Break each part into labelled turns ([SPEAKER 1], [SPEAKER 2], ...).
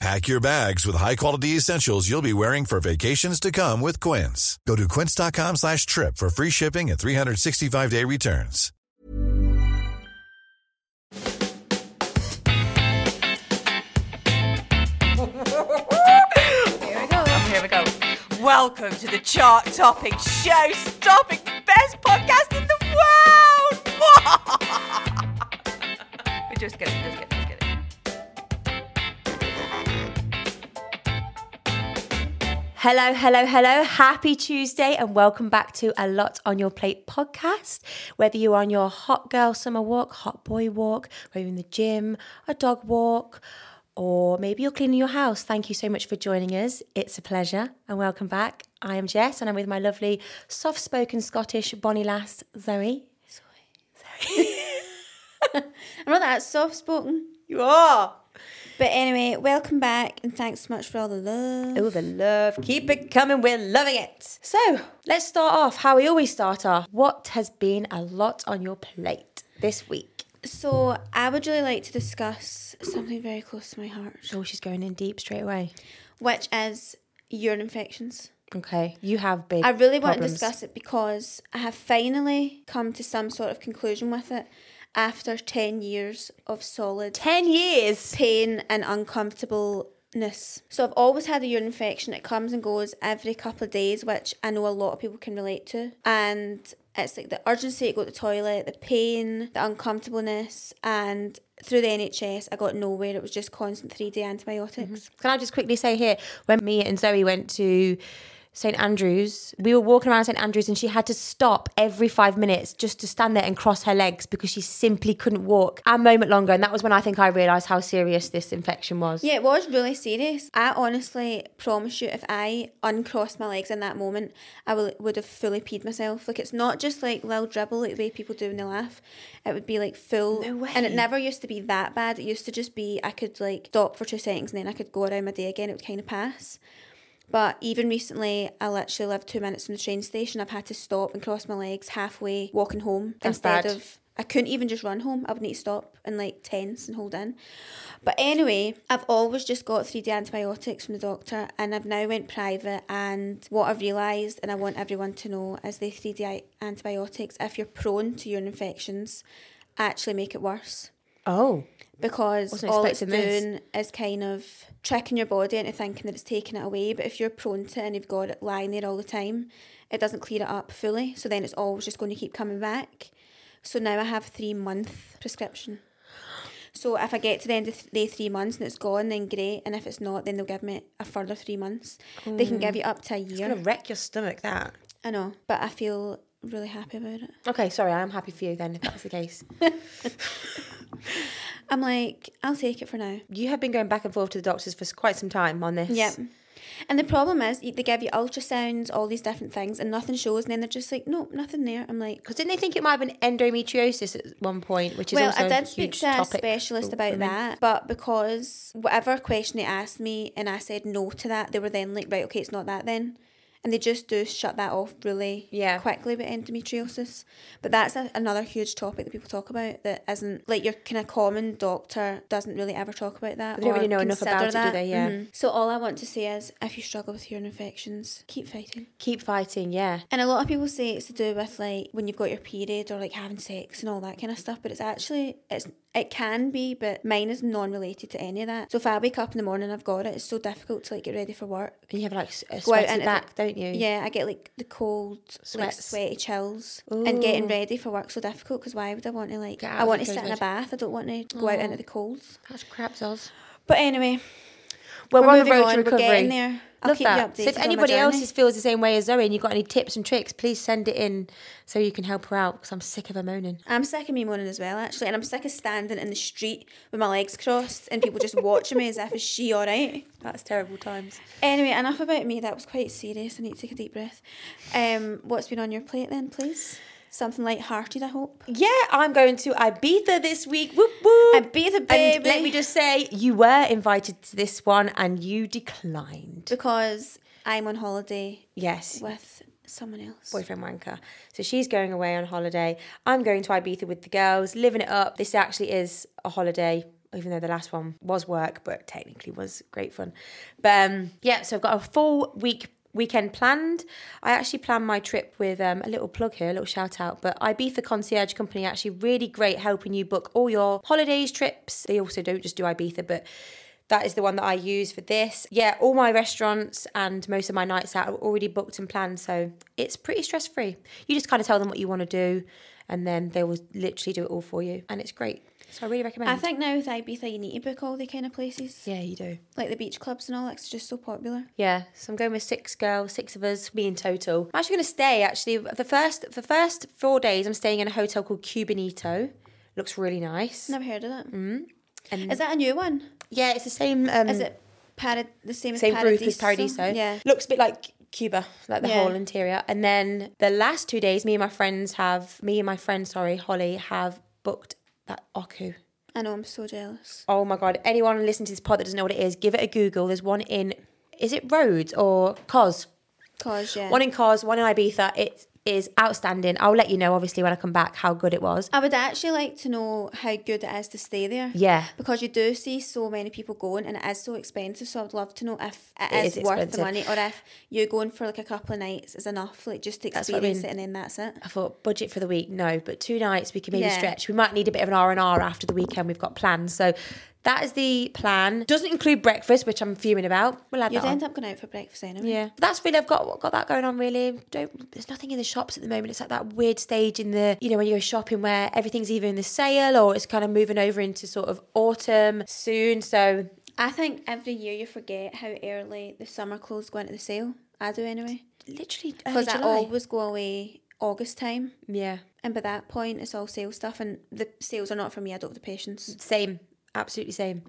[SPEAKER 1] Pack your bags with high-quality essentials you'll be wearing for vacations to come with Quince. Go to quince.com slash trip for free shipping and 365-day returns.
[SPEAKER 2] Here we go. Here we go. Welcome to the chart topping show, stopping the best podcast in the world. we just get it, just get it, just get it. Hello, hello, hello. Happy Tuesday and welcome back to A Lot on Your Plate podcast. Whether you're on your hot girl summer walk, hot boy walk, or you're in the gym, a dog walk, or maybe you're cleaning your house, thank you so much for joining us. It's a pleasure and welcome back. I am Jess and I'm with my lovely soft spoken Scottish bonnie lass, Zoe.
[SPEAKER 3] I'm not that soft spoken.
[SPEAKER 2] You are.
[SPEAKER 3] But anyway, welcome back and thanks so much for all the love.
[SPEAKER 2] Oh, the love. Keep it coming. We're loving it. So let's start off how we always start off. What has been a lot on your plate this week?
[SPEAKER 3] So, I would really like to discuss something very close to my heart,
[SPEAKER 2] Oh, she's going in deep straight away.
[SPEAKER 3] which is urine infections.
[SPEAKER 2] Okay. You have big.
[SPEAKER 3] I really want
[SPEAKER 2] problems.
[SPEAKER 3] to discuss it because I have finally come to some sort of conclusion with it after 10 years of solid
[SPEAKER 2] 10 years.
[SPEAKER 3] pain and uncomfortableness. So I've always had a urine infection. It comes and goes every couple of days, which I know a lot of people can relate to. And it's like the urgency to go to the toilet, the pain, the uncomfortableness, and through the NHS, I got nowhere. It was just constant three day antibiotics.
[SPEAKER 2] Can I just quickly say here, when me and Zoe went to St Andrews, we were walking around St Andrews and she had to stop every five minutes just to stand there and cross her legs because she simply couldn't walk a moment longer. And that was when I think I realised how serious this infection was.
[SPEAKER 3] Yeah, it was really serious. I honestly promise you, if I uncrossed my legs in that moment, I will, would have fully peed myself. Like, it's not just like little dribble, like the way people do when they laugh. It would be like full.
[SPEAKER 2] No way.
[SPEAKER 3] And it never used to be that bad. It used to just be I could like stop for two seconds and then I could go around my day again. It would kind of pass. But even recently, I literally lived two minutes from the train station. I've had to stop and cross my legs halfway walking home
[SPEAKER 2] That's
[SPEAKER 3] instead
[SPEAKER 2] bad.
[SPEAKER 3] of. I couldn't even just run home. I would need to stop and like tense and hold in. But anyway, I've always just got 3D antibiotics from the doctor and I've now went private and what I've realised and I want everyone to know is the 3D i- antibiotics, if you're prone to urine infections, actually make it worse
[SPEAKER 2] Oh.
[SPEAKER 3] because
[SPEAKER 2] Wasn't
[SPEAKER 3] all it's
[SPEAKER 2] expecting this.
[SPEAKER 3] doing is kind of tricking your body into thinking that it's taking it away. But if you're prone to it and you've got it lying there all the time, it doesn't clear it up fully. So then it's always just going to keep coming back. So now I have three month prescription. So if I get to the end of th- day three months and it's gone, then great. And if it's not, then they'll give me a further three months. They can
[SPEAKER 2] Mm.
[SPEAKER 3] give you up to a year.
[SPEAKER 2] wreck your stomach, that.
[SPEAKER 3] I know, but I feel really happy about it.
[SPEAKER 2] Okay, sorry, I'm happy for you then if that's the case.
[SPEAKER 3] I'm like, I'll take it for now.
[SPEAKER 2] You have been going back and forth to the doctors for s- quite some time on this.
[SPEAKER 3] Yeah. And the problem is y- they give you ultrasounds, all these different things, and nothing shows. And then they're just like, nope, nothing there. I'm like,
[SPEAKER 2] Because didn't they think it might have been endometriosis at one point, which is
[SPEAKER 3] well,
[SPEAKER 2] also
[SPEAKER 3] I
[SPEAKER 2] a
[SPEAKER 3] did speak
[SPEAKER 2] huge
[SPEAKER 3] to a
[SPEAKER 2] topic
[SPEAKER 3] specialist
[SPEAKER 2] for
[SPEAKER 3] about
[SPEAKER 2] women.
[SPEAKER 3] that, but because whatever question they asked me and I said no to that, they were then like, right, okay, it's not that then. And they just do shut that off really
[SPEAKER 2] Yeah.
[SPEAKER 3] quickly with endometriosis. But that's a, another huge topic that people talk about that isn't like your kind of common doctor doesn't really ever talk about that.
[SPEAKER 2] They don't
[SPEAKER 3] or
[SPEAKER 2] really know enough
[SPEAKER 3] consider
[SPEAKER 2] about it, do
[SPEAKER 3] that.
[SPEAKER 2] they? Yeah.
[SPEAKER 3] Mhm. So all I want to say is if you struggle with urine infections, keep fighting.
[SPEAKER 2] Keep fighting, yeah.
[SPEAKER 3] And a lot of people say it's to do with like when you've got your period or like having sex and all that kind of stuff, but it's actually it's it can be, but mine is non related to any of that. So if I wake up in the morning and I've got it, it's so difficult to like get ready for work.
[SPEAKER 2] And you have like s- a
[SPEAKER 3] Go out
[SPEAKER 2] sweaty
[SPEAKER 3] into the-
[SPEAKER 2] back, don't you?
[SPEAKER 3] Yeah, I get like the cold, like
[SPEAKER 2] Sweats.
[SPEAKER 3] sweaty chills, and getting ready for work so difficult. Because why would I want to like?
[SPEAKER 2] Get out
[SPEAKER 3] I
[SPEAKER 2] of
[SPEAKER 3] want
[SPEAKER 2] the
[SPEAKER 3] to sit in a
[SPEAKER 2] cupboard.
[SPEAKER 3] bath. I don't want to go out into the cold.
[SPEAKER 2] That's crap, Oz.
[SPEAKER 3] But anyway,
[SPEAKER 2] Well, we're,
[SPEAKER 3] We're
[SPEAKER 2] on the
[SPEAKER 3] moving
[SPEAKER 2] road
[SPEAKER 3] on,
[SPEAKER 2] to
[SPEAKER 3] we're
[SPEAKER 2] recovery.
[SPEAKER 3] getting there. I'll
[SPEAKER 2] Love
[SPEAKER 3] keep you
[SPEAKER 2] that. so
[SPEAKER 3] updated
[SPEAKER 2] if
[SPEAKER 3] on my
[SPEAKER 2] anybody
[SPEAKER 3] journey.
[SPEAKER 2] else feels the same way as Zoe and you've got any tips and tricks, please send it in so you can help her out because I'm sick of her moaning.
[SPEAKER 3] I'm sick of me moaning as well, actually, and I'm sick of standing in the street with my legs crossed and people just watching me as if is she all right?
[SPEAKER 2] That's terrible times.
[SPEAKER 3] Anyway, enough about me. That was quite serious. I need to take a deep breath. Um, what's been on your plate then, please? Something light-hearted, I hope.
[SPEAKER 2] Yeah, I'm going to Ibiza this week. Whoop whoop.
[SPEAKER 3] Ibiza,
[SPEAKER 2] And let
[SPEAKER 3] baby.
[SPEAKER 2] me just say, you were invited to this one and you declined.
[SPEAKER 3] Because I'm on holiday
[SPEAKER 2] Yes.
[SPEAKER 3] with someone else.
[SPEAKER 2] boyfriend wanker. So she's going away on holiday. I'm going to Ibiza with the girls, living it up. This actually is a holiday, even though the last one was work, but technically was great fun. But um, yeah, so I've got a full week weekend planned. I actually planned my trip with um, a little plug here, a little shout out, but Ibiza Concierge Company are actually really great helping you book all your holidays, trips. They also don't just do Ibiza, but that is the one that I use for this. Yeah, all my restaurants and most of my nights out are already booked and planned, so it's pretty stress free. You just kind of tell them what you want to do, and then they will literally do it all for you, and it's great. So I really recommend.
[SPEAKER 3] I think now with Ibiza, you need to book all the kind of places,
[SPEAKER 2] yeah, you do.
[SPEAKER 3] like the beach clubs and all. that, 'cause It's just so popular.
[SPEAKER 2] Yeah, so I'm going with six girls, six of us, me in total. I'm actually going to stay. Actually, the first the first four days, I'm staying in a hotel called Cubanito. Looks really nice.
[SPEAKER 3] Never heard of that. Mm. Is that a new one?
[SPEAKER 2] Yeah, it's the same. Um,
[SPEAKER 3] Is it parad- the same as
[SPEAKER 2] same
[SPEAKER 3] Paradiso?
[SPEAKER 2] group as Paradiso.
[SPEAKER 3] Yeah.
[SPEAKER 2] Looks a bit like Cuba, like the
[SPEAKER 3] Yeah.
[SPEAKER 2] whole interior. And then the last two days, me and my friends have, me and my friend, sorry, Holly, have booked that Oku.
[SPEAKER 3] I know, I'm so jealous.
[SPEAKER 2] Oh my God. Anyone listening to this pod that doesn't know what it is, give it a Google. There's one in, is it Rhodes or Cos?
[SPEAKER 3] Cause, yeah.
[SPEAKER 2] One in Cos, one in Ibiza. It is outstanding. I'll let you know, obviously, when I come back, how good it was.
[SPEAKER 3] I would actually like to know how good it is to stay there.
[SPEAKER 2] Yeah.
[SPEAKER 3] Because you do see so many people going and it is so expensive. So I would love to know if it,
[SPEAKER 2] It
[SPEAKER 3] is,
[SPEAKER 2] is
[SPEAKER 3] worth
[SPEAKER 2] expensive.
[SPEAKER 3] the money or if you going for like a couple of nights is enough, like just to
[SPEAKER 2] That's what I
[SPEAKER 3] experience
[SPEAKER 2] mean.
[SPEAKER 3] it and then that's it.
[SPEAKER 2] I thought budget for the week, no, but two nights we can maybe
[SPEAKER 3] Yeah.
[SPEAKER 2] stretch. We might need a bit of an R and R after the weekend we've got planned. So that is the plan. Doesn't include breakfast, which I'm fuming about. We'll add
[SPEAKER 3] You'd
[SPEAKER 2] that on.
[SPEAKER 3] end up going out for breakfast anyway.
[SPEAKER 2] Yeah, that's really I've got got that going on. Really, don't. There's nothing in the shops at the moment. It's like that weird stage in the you know when you go shopping where everything's either in the sale or it's kind of moving over into sort of autumn soon. So
[SPEAKER 3] I think every year you forget how early the summer clothes go into the sale. I do anyway.
[SPEAKER 2] literally, early
[SPEAKER 3] Because I
[SPEAKER 2] July.
[SPEAKER 3] always go away August time.
[SPEAKER 2] yeah,
[SPEAKER 3] And by that point, it's all sale stuff, and the sales are not for me. I don't have the patience.
[SPEAKER 2] same, absolutely same.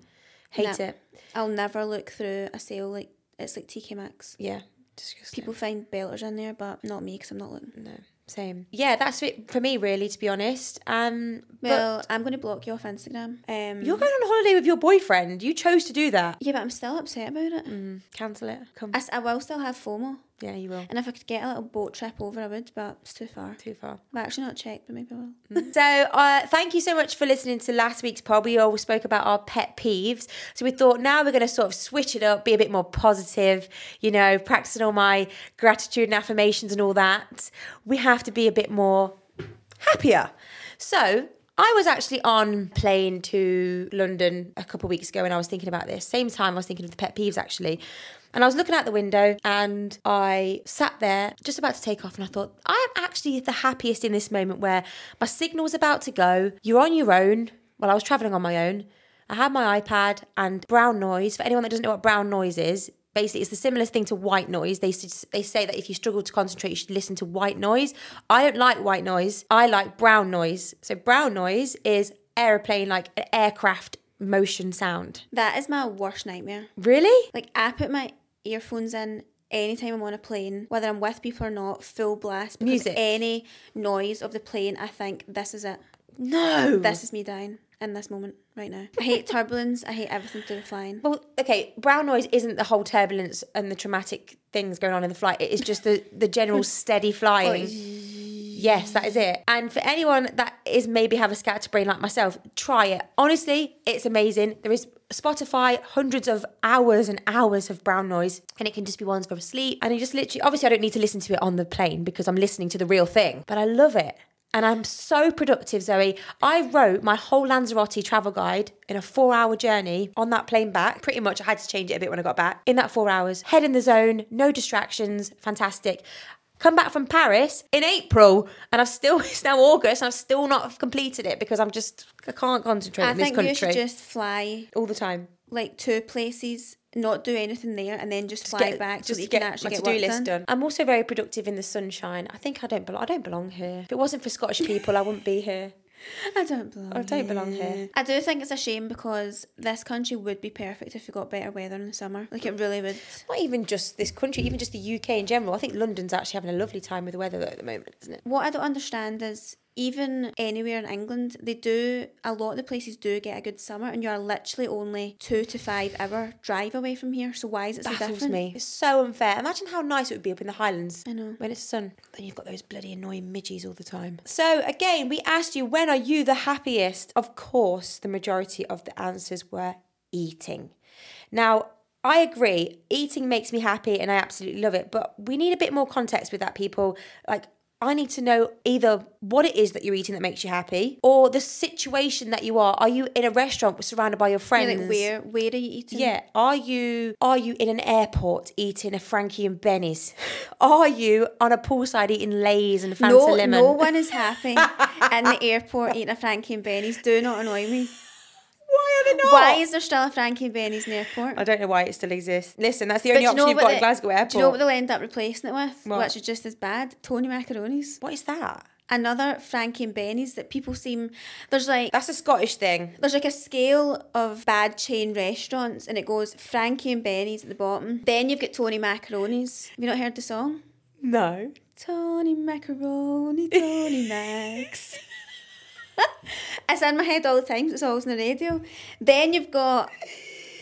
[SPEAKER 2] Hate
[SPEAKER 3] No.
[SPEAKER 2] it.
[SPEAKER 3] I'll never look through a sale like it's like TK Maxx.
[SPEAKER 2] Yeah, disgusting.
[SPEAKER 3] People find belters in there, but not me because I'm not looking.
[SPEAKER 2] No, same. Yeah, that's it for me, really, to be honest. Um,
[SPEAKER 3] Well, I'm going to block you off Instagram. Um,
[SPEAKER 2] but you're going on holiday with your boyfriend. You chose to do that.
[SPEAKER 3] yeah, but I'm still upset about it.
[SPEAKER 2] Cancel it. Come.
[SPEAKER 3] I, s- I will still have FOMO,
[SPEAKER 2] yeah, you will.
[SPEAKER 3] and if I could get a little boat trip over, I would, but it's too far. Mm.
[SPEAKER 2] Too far.
[SPEAKER 3] I've actually not checked, but maybe I will.
[SPEAKER 2] So, uh, thank you so much for listening to last week's pod. We all spoke about our pet peeves. So, we thought now we're going to sort of switch it up, be a bit more positive, you know, practicing all my gratitude and affirmations and all that. We have to be a bit more happier. So, I was actually on plane to London a couple of weeks ago and I was thinking about this. Same time I was thinking of the pet peeves actually. And I was looking out the window and I sat there just about to take off and I thought, I am actually the happiest in this moment where my signal's about to go. You're on your own. Well, I was traveling on my own. I had my iPad and brown noise. For anyone that doesn't know what brown noise is, basically it's the similar thing to white noise. They s- they say that if you struggle to concentrate, you should listen to white noise. I don't like white noise. I like brown noise. So brown noise is aeroplane, like an aircraft motion sound.
[SPEAKER 3] That is my worst nightmare.
[SPEAKER 2] Really?
[SPEAKER 3] Like I put my earphones in anytime I'm on a plane, whether I'm with people or not, full blast. because
[SPEAKER 2] Music.
[SPEAKER 3] Any noise of the plane, I think this is it.
[SPEAKER 2] No.
[SPEAKER 3] This is me dying. in this moment right now. I hate turbulence. I hate everything to do with flying.
[SPEAKER 2] Well, okay, brown noise isn't the whole turbulence and the traumatic things going on in the flight. It is just the, the general steady flying. Yes, that is it. And for anyone that is maybe have a scatter brain like myself, try it. Honestly, it's amazing. There is Spotify, hundreds of hours and hours of brown noise, and it can just be ones for sleep. And I just literally, obviously, I don't need to listen to it on the plane because I'm listening to the real thing, but I love it. And I'm so productive, Zoe. I wrote my whole Lanzarote travel guide in a four hour journey on that plane back. Pretty much, I had to change it a bit when I got back. In that four hours, head in the zone, no distractions, fantastic. Come back from Paris in April, and I've still, it's now August, and I've still not completed it because I'm just, I can't concentrate
[SPEAKER 3] I
[SPEAKER 2] in this
[SPEAKER 3] think you should
[SPEAKER 2] country
[SPEAKER 3] just fly
[SPEAKER 2] all the time.
[SPEAKER 3] like two places, not do anything there, and then just fly back so that you
[SPEAKER 2] to get
[SPEAKER 3] can actually
[SPEAKER 2] my
[SPEAKER 3] get
[SPEAKER 2] to-do
[SPEAKER 3] work
[SPEAKER 2] list
[SPEAKER 3] done.
[SPEAKER 2] I'm also very productive in the sunshine. I think I don't belong. I don't belong here. If it wasn't for Scottish people, I wouldn't be here.
[SPEAKER 3] I don't belong.
[SPEAKER 2] I don't belong here.
[SPEAKER 3] I do think it's a shame because this country would be perfect if we got better weather in the summer. Like it really would.
[SPEAKER 2] Not even just this country, even just the UK in general. I think London's actually having a lovely time with the weather though at the moment, isn't it?
[SPEAKER 3] What I don't understand is even anywhere in England, they do a lot of the places do get a good summer, and you are literally only two to five hour drive away from here. So why is it so
[SPEAKER 2] Baffles
[SPEAKER 3] different?
[SPEAKER 2] me. It's so unfair. Imagine how nice it would be up in the Highlands.
[SPEAKER 3] I know.
[SPEAKER 2] When it's sun. Then you've got those bloody annoying midges all the time. So again, we asked you when are you the happiest? Of course, the majority of the answers were eating. Now, I agree. Eating makes me happy and I absolutely love it, but we need a bit more context with that, people. Like, I need to know either what it is that you're eating that makes you happy or the situation that you are. Are you in a restaurant surrounded by your
[SPEAKER 3] Yeah,
[SPEAKER 2] friends?
[SPEAKER 3] like where where are you eating?
[SPEAKER 2] Yeah. Are you are you in an airport eating a Frankie and Benny's? Are you on a poolside eating Lay's and Fanta
[SPEAKER 3] no,
[SPEAKER 2] Lemon?
[SPEAKER 3] no one is happy in the airport eating a Frankie and Benny's. Do not annoy me.
[SPEAKER 2] Why are they not?
[SPEAKER 3] Why is there still a Frankie and Benny's in the airport?
[SPEAKER 2] I don't know why it still exists. Listen, that's the
[SPEAKER 3] But
[SPEAKER 2] only
[SPEAKER 3] do
[SPEAKER 2] option
[SPEAKER 3] know
[SPEAKER 2] you've
[SPEAKER 3] what
[SPEAKER 2] got
[SPEAKER 3] they-
[SPEAKER 2] at Glasgow Airport.
[SPEAKER 3] Do you know what they'll end up replacing it with?
[SPEAKER 2] What?
[SPEAKER 3] Which is just as bad. Tony Macaroni's.
[SPEAKER 2] what is that?
[SPEAKER 3] Another Frankie and Benny's that people seem there's like
[SPEAKER 2] That's a Scottish thing.
[SPEAKER 3] there's like a scale of bad chain restaurants and it goes Frankie and Benny's at the bottom. Then you've got Tony Macaroni's. Have you not heard the song?
[SPEAKER 2] No.
[SPEAKER 3] Tony Macaroni, Tony Max. it's in my head all the time, 'cause it's always on the radio. Then you've got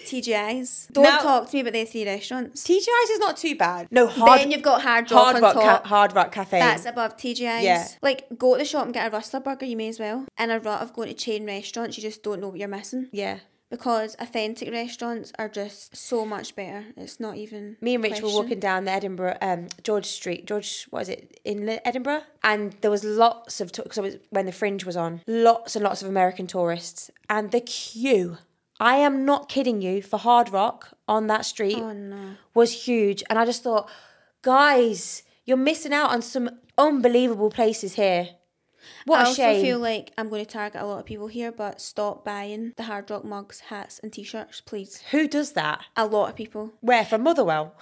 [SPEAKER 3] TGI's. Don't
[SPEAKER 2] Now-
[SPEAKER 3] talk to me about their three restaurants.
[SPEAKER 2] TGI's is not too bad. No hard.
[SPEAKER 3] then you've got Hard Rock
[SPEAKER 2] hard
[SPEAKER 3] on
[SPEAKER 2] rock,
[SPEAKER 3] top.
[SPEAKER 2] Ca- hard rock cafe.
[SPEAKER 3] That's above TGI's.
[SPEAKER 2] Yeah.
[SPEAKER 3] Like, go to the shop and get a Rustler burger, you may as well. In a rut of going to chain restaurants, you just don't know what you're missing.
[SPEAKER 2] yeah.
[SPEAKER 3] Because authentic restaurants are just so much better. It's not even.
[SPEAKER 2] Me and Rich
[SPEAKER 3] question.
[SPEAKER 2] were walking down the Edinburgh, um, George Street, George, what is it, in Le- Edinburgh? And there was lots of, because was when the fringe was on, lots and lots of American tourists. And the queue, I am not kidding you, for Hard Rock on that street
[SPEAKER 3] Oh,
[SPEAKER 2] was huge. And I just thought, guys, you're missing out on some unbelievable places here. What
[SPEAKER 3] I
[SPEAKER 2] a
[SPEAKER 3] also
[SPEAKER 2] shame.
[SPEAKER 3] feel like I'm going to target a lot of people here, but stop buying the Hard Rock mugs, hats, and t shirts, please.
[SPEAKER 2] Who does that?
[SPEAKER 3] A lot of people,
[SPEAKER 2] Where? From Motherwell?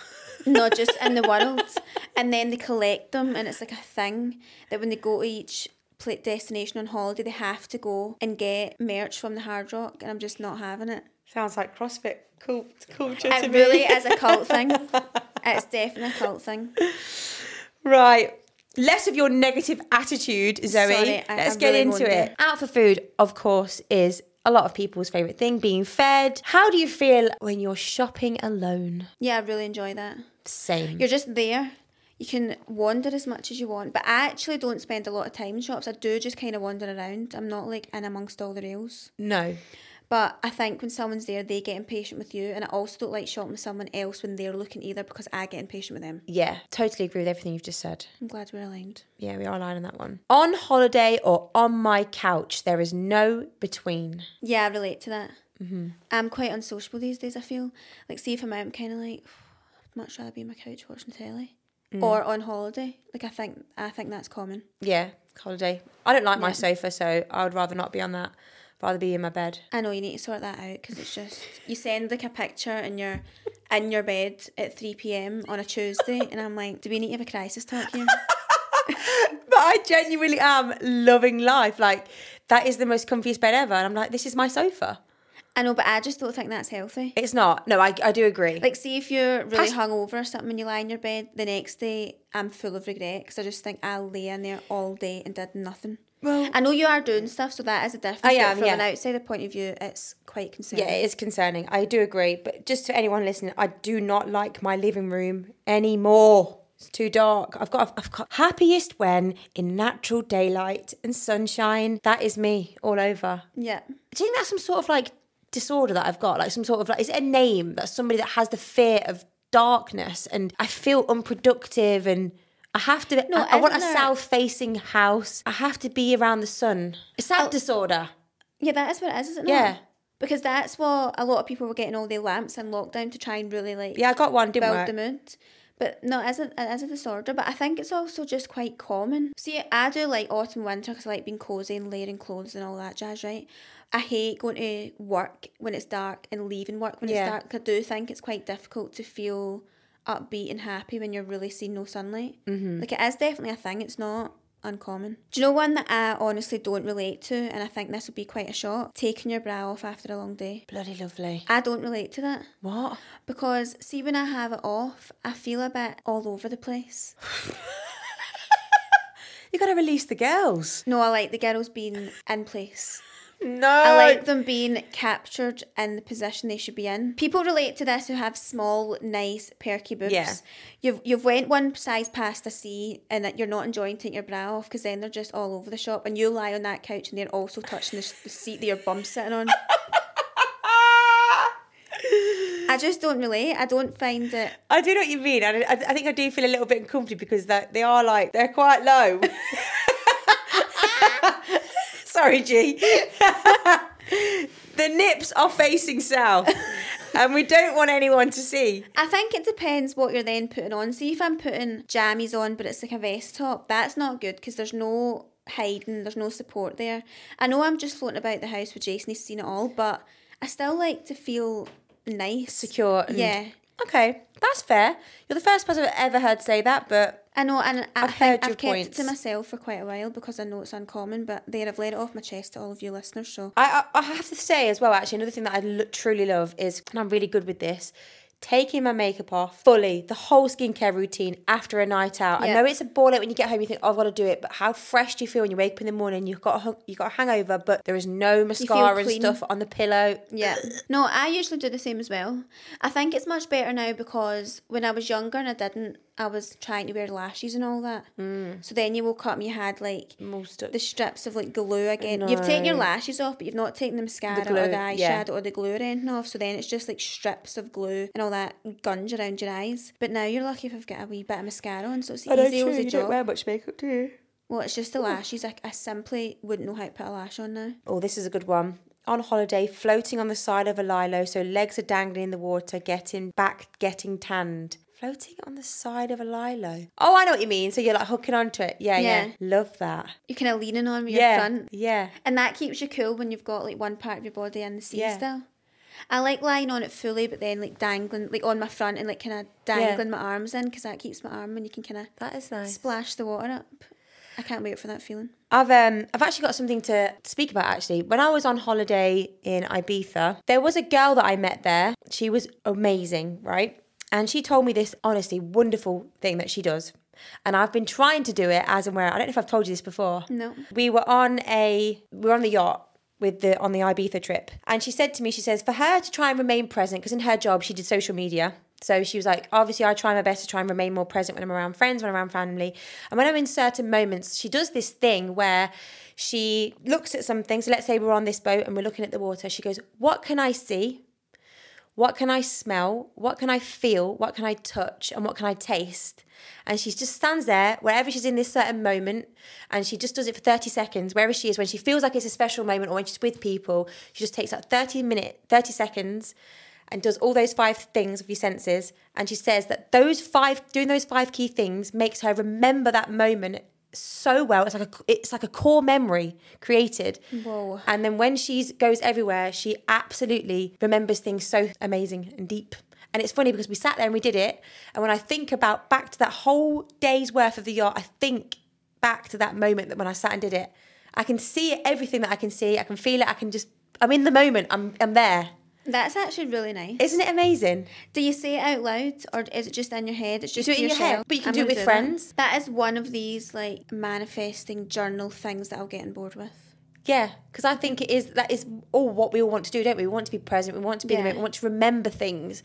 [SPEAKER 3] not just in the world. And then they collect them, and it's like a thing that when they go to each pla- destination on holiday, they have to go and get merch from the Hard Rock, and I'm just not having it.
[SPEAKER 2] Sounds like CrossFit cult- culture to
[SPEAKER 3] It
[SPEAKER 2] me.
[SPEAKER 3] really is a cult thing. It's definitely a cult thing.
[SPEAKER 2] Right. Less of your negative attitude, Zoe.
[SPEAKER 3] Sorry, I-
[SPEAKER 2] Let's
[SPEAKER 3] I
[SPEAKER 2] get
[SPEAKER 3] really
[SPEAKER 2] into
[SPEAKER 3] want
[SPEAKER 2] it. Out for food, of course, is a lot of people's favourite thing being fed. How do you feel when you're shopping alone?
[SPEAKER 3] Yeah, I really enjoy that.
[SPEAKER 2] Same.
[SPEAKER 3] You're just there. You can wander as much as you want, but I actually don't spend a lot of time in shops. I do just kind of wander around. I'm not like in amongst all the rails.
[SPEAKER 2] no.
[SPEAKER 3] But I think when someone's there, they get impatient with you, and I also don't like shopping with someone else when they're looking either because I get impatient with them.
[SPEAKER 2] Yeah, totally agree with everything you've just said.
[SPEAKER 3] I'm glad we're aligned.
[SPEAKER 2] Yeah, we are aligned on that one. On holiday or on my couch, there is no between.
[SPEAKER 3] Yeah, I relate to that. Mm-hmm. I'm quite unsociable these days. I feel like see if I'm out, I'm kind of like I'd much rather be on my couch watching telly or on holiday. Like I think I think that's common.
[SPEAKER 2] Yeah, holiday. I don't like my sofa, so I would rather not be on that. Rather be in my bed.
[SPEAKER 3] I know you need to sort that out because it's just you send like a picture and you're in your bed at three p.m. on a Tuesday, and I'm like, do we need to have a crisis talk here?
[SPEAKER 2] But I genuinely am loving life. Like, that is the most comfiest bed ever. And I'm like, this is my sofa.
[SPEAKER 3] I know, but I just don't think that's healthy.
[SPEAKER 2] It's not. No, I, I do agree.
[SPEAKER 3] Like, see if you're really
[SPEAKER 2] Pas-
[SPEAKER 3] hungover or something and you lie in your bed the next day, I'm full of regret because I just think I lay in there all day and did nothing.
[SPEAKER 2] Well-
[SPEAKER 3] I know you are doing stuff, so that is a difference.
[SPEAKER 2] I
[SPEAKER 3] but
[SPEAKER 2] am,
[SPEAKER 3] from an
[SPEAKER 2] yeah.
[SPEAKER 3] outsider point of view, it's quite concerning.
[SPEAKER 2] Yeah, it is concerning. I do agree. But just to anyone listening, I do not like my living room anymore. It's too dark. I've got I've got happiest when in natural daylight and sunshine. That is me all over.
[SPEAKER 3] Yeah.
[SPEAKER 2] Do you think that's some sort of like disorder that I've got? Like some sort of like is it a name that somebody that has the fear of darkness and I feel unproductive and I have to
[SPEAKER 3] No,
[SPEAKER 2] I, I want a
[SPEAKER 3] isn't there-
[SPEAKER 2] south facing house. I have to be around the sun. Is that disorder?
[SPEAKER 3] Yeah, that is what it is, isn't it?
[SPEAKER 2] Yeah.
[SPEAKER 3] Because that's what a lot of people were getting all their lamps in lockdown to try and really like
[SPEAKER 2] Yeah, I got one, didn't
[SPEAKER 3] build
[SPEAKER 2] work.
[SPEAKER 3] the mood. But no, it is, a, it is a disorder, but I think it's also just quite common. See, I do like autumn, winter because I like being cosy and layering clothes and all that jazz, right? I hate going to work when it's dark and leaving work when
[SPEAKER 2] Yeah.
[SPEAKER 3] it's dark. 'cause I do think it's quite difficult to feel upbeat and happy when you're really seeing no sunlight. Mm-hmm. Like, it is definitely a thing, it's not uncommon. Do you know one that I honestly don't relate to? And I think this would be quite a shock taking your bra off after a long day.
[SPEAKER 2] Bloody lovely.
[SPEAKER 3] I don't relate to that.
[SPEAKER 2] What?
[SPEAKER 3] Because see, when I have it off, I feel a bit all over the place.
[SPEAKER 2] You gotta release the girls.
[SPEAKER 3] No, I like the girls being in place.
[SPEAKER 2] No.
[SPEAKER 3] I like them being captured in the position they should be in. People relate to this who have small, nice, perky boobs.
[SPEAKER 2] Yeah.
[SPEAKER 3] You've you've went one size past a C and that you're not enjoying taking your bra off because then they're just all over the shop and you lie on that couch and they're also touching the, s- the seat that your bum's sitting on. I just don't relate. I don't find it.
[SPEAKER 2] I do know what you mean. and I, I think I do feel a little bit uncomfortable because that they are like they're quite low. Sorry, G. the nips are facing south, and we don't want anyone to see.
[SPEAKER 3] I think it depends what you're then putting on. See if I'm putting jammies on, but it's like a vest top. That's not good because there's no hiding, there's no support there. I know I'm just floating about the house with Jason. He's seen it all, but I still like to feel nice,
[SPEAKER 2] Secure. And,
[SPEAKER 3] Yeah,
[SPEAKER 2] Okay, that's fair. You're the first person I've ever heard say that, but
[SPEAKER 3] I know, and I
[SPEAKER 2] I've
[SPEAKER 3] think
[SPEAKER 2] heard
[SPEAKER 3] I've
[SPEAKER 2] your
[SPEAKER 3] kept it
[SPEAKER 2] points.
[SPEAKER 3] to myself for quite a while because I know it's uncommon. But there, I've let it off my chest to all of you listeners. So
[SPEAKER 2] I, I I have to say as well, actually, another thing that I lo- truly love is, and I'm really good with this, taking my makeup off fully, the whole skincare routine after a night out. I
[SPEAKER 3] Yeah.
[SPEAKER 2] know it's a ball out when you get home, you think, oh, I've got to do it, but how fresh do you feel when you wake up in the morning? You've got a, hun- you've got a hangover, but there is no mascara and
[SPEAKER 3] clean.
[SPEAKER 2] stuff on the pillow.
[SPEAKER 3] Yeah. No, I usually do the same as well. I think it's much better now because when I was younger and I didn't, I was trying to wear lashes and all that. Mm. So then you woke up and you had like
[SPEAKER 2] Most of-
[SPEAKER 3] the strips of like glue again. You've taken your lashes off, but you've not taken the mascara or
[SPEAKER 2] glue,
[SPEAKER 3] the eyeshadow
[SPEAKER 2] yeah.
[SPEAKER 3] or the glue or anything off. So then it's just like strips of glue and all that gunge around your eyes. But now you're lucky if I've got a wee bit of mascara on, so it's easy as a job.
[SPEAKER 2] much makeup, do you?
[SPEAKER 3] well, it's just the lashes. I, I simply wouldn't know how to put a lash on now.
[SPEAKER 2] Oh, this is a good one. On holiday, floating on the side of a lilo, so legs are dangling in the water, getting back, getting tanned. Floating on the side of a lilo. Oh, I know what you mean. So you're like hooking onto it. Yeah, yeah.
[SPEAKER 3] Yeah.
[SPEAKER 2] Love that.
[SPEAKER 3] You're kind of leaning on with
[SPEAKER 2] yeah,
[SPEAKER 3] your front.
[SPEAKER 2] yeah.
[SPEAKER 3] And that keeps you cool when you've got like one part of your body in the sea
[SPEAKER 2] Yeah.
[SPEAKER 3] still. I like lying on it fully, but then like dangling, like on my front and like kind of dangling my arms in because that keeps my arm and you can kind of
[SPEAKER 2] That is nice.
[SPEAKER 3] splash the water up. I can't wait for that feeling.
[SPEAKER 2] I've um I've actually got something to speak about actually. When I was on holiday in Ibiza, there was a girl that I met there. She was amazing, right? And she told me this honestly wonderful thing that she does. And I've been trying to do it as and where. I don't know if I've told you this before.
[SPEAKER 3] No.
[SPEAKER 2] We were on a we were on the yacht with the on the Ibiza trip. And she said to me, she says, for her to try and remain present, because in her job she did social media. So she was like, obviously I try my best to try and remain more present when I'm around friends, when I'm around family. And when I'm in certain moments, she does this thing where she looks at something. So let's say we're on this boat and we're looking at the water. She goes, What can I see? What can I smell? What can I feel? What can I touch? And what can I taste? And she just stands there wherever she's in this certain moment and she just does it for 30 seconds, wherever she is, when she feels like it's a special moment or when she's with people, she just takes that 30 minute, 30 seconds and does all those five things of your senses. And she says that those five doing those five key things makes her remember that moment so well. It's like a it's like a core memory created.
[SPEAKER 3] Whoa.
[SPEAKER 2] And then when she goes everywhere, she absolutely remembers things so amazing and deep. And it's funny because we sat there and we did it. And when I think about back to that whole day's worth of the yacht, I think back to that moment that when I sat and did it, I can see everything that I can see. I can feel it. I can just, I'm in the moment. I'm, I'm there.
[SPEAKER 3] That's actually really nice.
[SPEAKER 2] Isn't it amazing?
[SPEAKER 3] Do you say it out loud or is it just in your head? It's just
[SPEAKER 2] do it
[SPEAKER 3] to
[SPEAKER 2] in your head,
[SPEAKER 3] yourself.
[SPEAKER 2] but you can
[SPEAKER 3] I'm
[SPEAKER 2] do it
[SPEAKER 3] gonna
[SPEAKER 2] with
[SPEAKER 3] that.
[SPEAKER 2] friends.
[SPEAKER 3] that is one of these like manifesting journal things that I'll get on board with.
[SPEAKER 2] Yeah, because I think it is that is all what we all want to do, don't we? We want to be present. We want to be in the
[SPEAKER 3] Yeah.
[SPEAKER 2] moment. We want to remember things.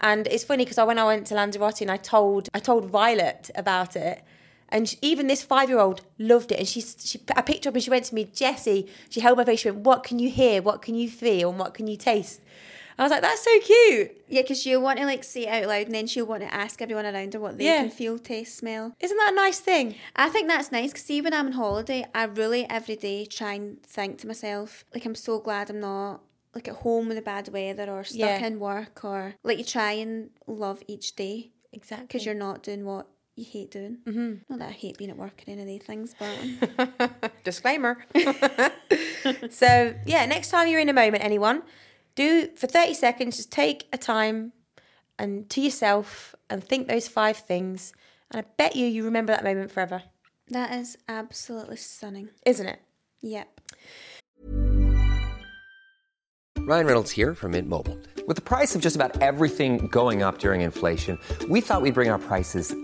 [SPEAKER 2] And it's funny because I, when I went to Lanzarote and I told I told Violet about it, and she, even this five year old loved it. And she she I picked her up and she went to me, Jessie. She held my face. She went, "What can you hear? What can you feel? And what can you taste?" I was like, "That's so cute."
[SPEAKER 3] Yeah, because you'll want to like say it out loud and then she'll want to ask everyone around her what they
[SPEAKER 2] Yeah.
[SPEAKER 3] can feel, taste, smell.
[SPEAKER 2] Isn't that a nice thing?
[SPEAKER 3] I think that's nice because see, when I'm on holiday, I really every day try and think to myself, like, I'm so glad I'm not like at home with the bad weather or stuck
[SPEAKER 2] Yeah.
[SPEAKER 3] in work or like you try and love each day
[SPEAKER 2] Exactly. Mm-hmm.
[SPEAKER 3] because you're not doing what you hate doing. Not that I hate being at work or any of these things, but
[SPEAKER 2] Disclaimer. so yeah, next time you're in a moment, anyone, do for 30 seconds, just take a time and to yourself and think those five things. And I bet you you remember that moment forever,
[SPEAKER 3] that is absolutely stunning.
[SPEAKER 2] isn't it?
[SPEAKER 3] Yep.
[SPEAKER 4] Ryan Reynolds here from Mint Mobile. With the price of just about everything going up during inflation, we thought we'd bring our prices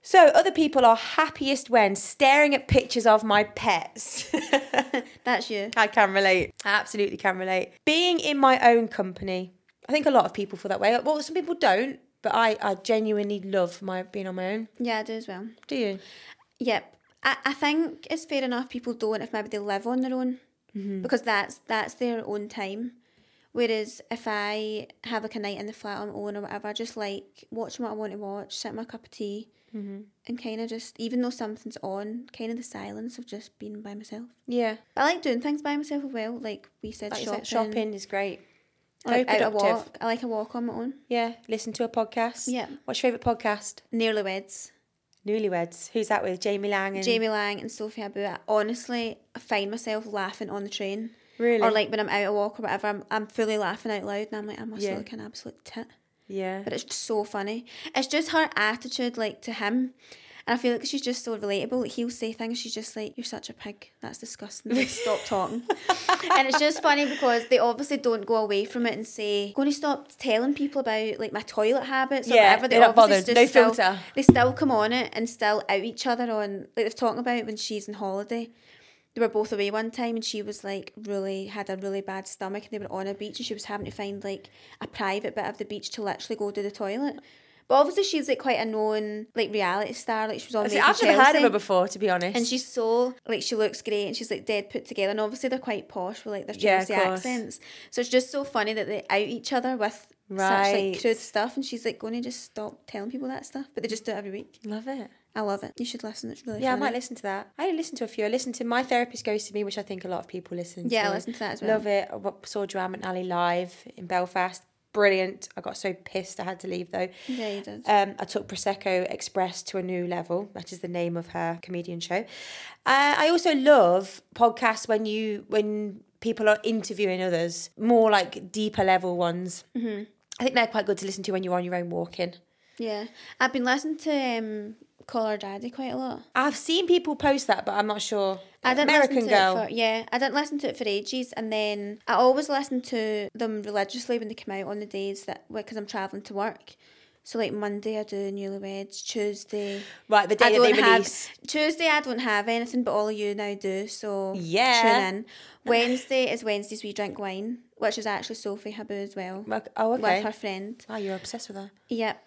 [SPEAKER 2] So other people are happiest when staring at pictures of my pets.
[SPEAKER 3] That's you.
[SPEAKER 2] I can relate. I absolutely can relate. Being in my own company, I think a lot of people feel that way. Well, some people don't, but I, I genuinely love my being on my own.
[SPEAKER 3] Yeah, I do as well.
[SPEAKER 2] Do you?
[SPEAKER 3] Yep. I, I think it's fair enough people don't if maybe they live on their own
[SPEAKER 2] Mm-hmm.
[SPEAKER 3] because that's that's their own time. Whereas if I have like a night in the flat on my own or whatever, I just like watching what I want to watch, sit my cup of tea,
[SPEAKER 2] Mm-hmm.
[SPEAKER 3] and kind of just even though something's on, kind of the silence of just being by myself.
[SPEAKER 2] Yeah.
[SPEAKER 3] But I like doing things by myself as well, like we said,
[SPEAKER 2] Like you
[SPEAKER 3] shopping,
[SPEAKER 2] said, shopping is great.
[SPEAKER 3] I like
[SPEAKER 2] Very
[SPEAKER 3] out a
[SPEAKER 2] productive.
[SPEAKER 3] walk. I like a walk on my own.
[SPEAKER 2] Yeah, listen to a podcast.
[SPEAKER 3] Yeah.
[SPEAKER 2] What's your favourite podcast?
[SPEAKER 3] Nearly weds.
[SPEAKER 2] Newlyweds. Who's that with? Jamie Lang and
[SPEAKER 3] Jamie Lang and Sophie Abu. I honestly find myself laughing on the train.
[SPEAKER 2] Really?
[SPEAKER 3] Or like when I'm out at walk or whatever, I'm, I'm fully laughing out loud and I'm like, I must
[SPEAKER 2] Yeah.
[SPEAKER 3] look an absolute tit.
[SPEAKER 2] Yeah.
[SPEAKER 3] But it's just so funny. It's just her attitude, like to him. And I feel like she's just so relatable. Like, he'll say things, she's just like, You're such a pig. That's disgusting. Like, stop talking. and it's just funny because they obviously don't go away from it and say, Going to stop telling people about like my toilet habits or
[SPEAKER 2] Yeah,
[SPEAKER 3] whatever.
[SPEAKER 2] they're not bothered.
[SPEAKER 3] obviously just
[SPEAKER 2] No
[SPEAKER 3] still-
[SPEAKER 2] filter.
[SPEAKER 3] They still come on it and still out each other on, like they've talked about when she's on holiday they were both away one time and she was like really had a really bad stomach and they were on a beach and she was having to find like a private bit of the beach to literally go to the toilet. But obviously she's like quite a known like reality star, like she was on
[SPEAKER 2] See,
[SPEAKER 3] Making
[SPEAKER 2] I've never heard of
[SPEAKER 3] Chelsea.
[SPEAKER 2] her before, to be honest.
[SPEAKER 3] And she's so like she looks great and she's like dead put together and obviously they're quite posh with like their
[SPEAKER 2] Yeah, of
[SPEAKER 3] Chelsea
[SPEAKER 2] course.
[SPEAKER 3] accents. So it's just so funny that they out each other with such
[SPEAKER 2] Right.
[SPEAKER 3] like crude stuff and she's like going to just stop telling people that stuff. But they just do it every week.
[SPEAKER 2] love it.
[SPEAKER 3] I love it. You should listen, it's really
[SPEAKER 2] Yeah, I
[SPEAKER 3] funny.
[SPEAKER 2] might listen to that. I listen to a few. I listen to My Therapist Goes to Me, which I think a lot of people listen to.
[SPEAKER 3] Yeah, I listen to that as well.
[SPEAKER 2] Love it. I wa- saw Dram and Ali live in Belfast. Brilliant. I got so pissed I had to leave though.
[SPEAKER 3] Yeah, you did.
[SPEAKER 2] Um, I took Prosecco Express to a new level. That is the name of her comedian show. Uh, I also love podcasts when you when people are interviewing others, more like deeper level ones. Mm-hmm. I think they're quite good to listen to when you're on your own walking.
[SPEAKER 3] Yeah, I've been listening to um, Call Her Daddy quite a lot.
[SPEAKER 2] I've seen people post that, but I'm not sure.
[SPEAKER 3] I didn't
[SPEAKER 2] American
[SPEAKER 3] listen to
[SPEAKER 2] Girl.
[SPEAKER 3] It for, yeah, I didn't listen to it for ages, and then I always listen to them religiously when they come out on the days that because I'm traveling to work. So like Monday I do Newlyweds, Tuesday
[SPEAKER 2] Right, the day that they release.
[SPEAKER 3] have Tuesday I don't have anything, but all of you now do. So
[SPEAKER 2] Yeah.
[SPEAKER 3] tune in. Wednesday is Wednesdays we drink wine, which is actually Sophie Habu as well
[SPEAKER 2] Well, oh, okay.
[SPEAKER 3] with her friend.
[SPEAKER 2] Wow, you're obsessed with her.
[SPEAKER 3] Yep.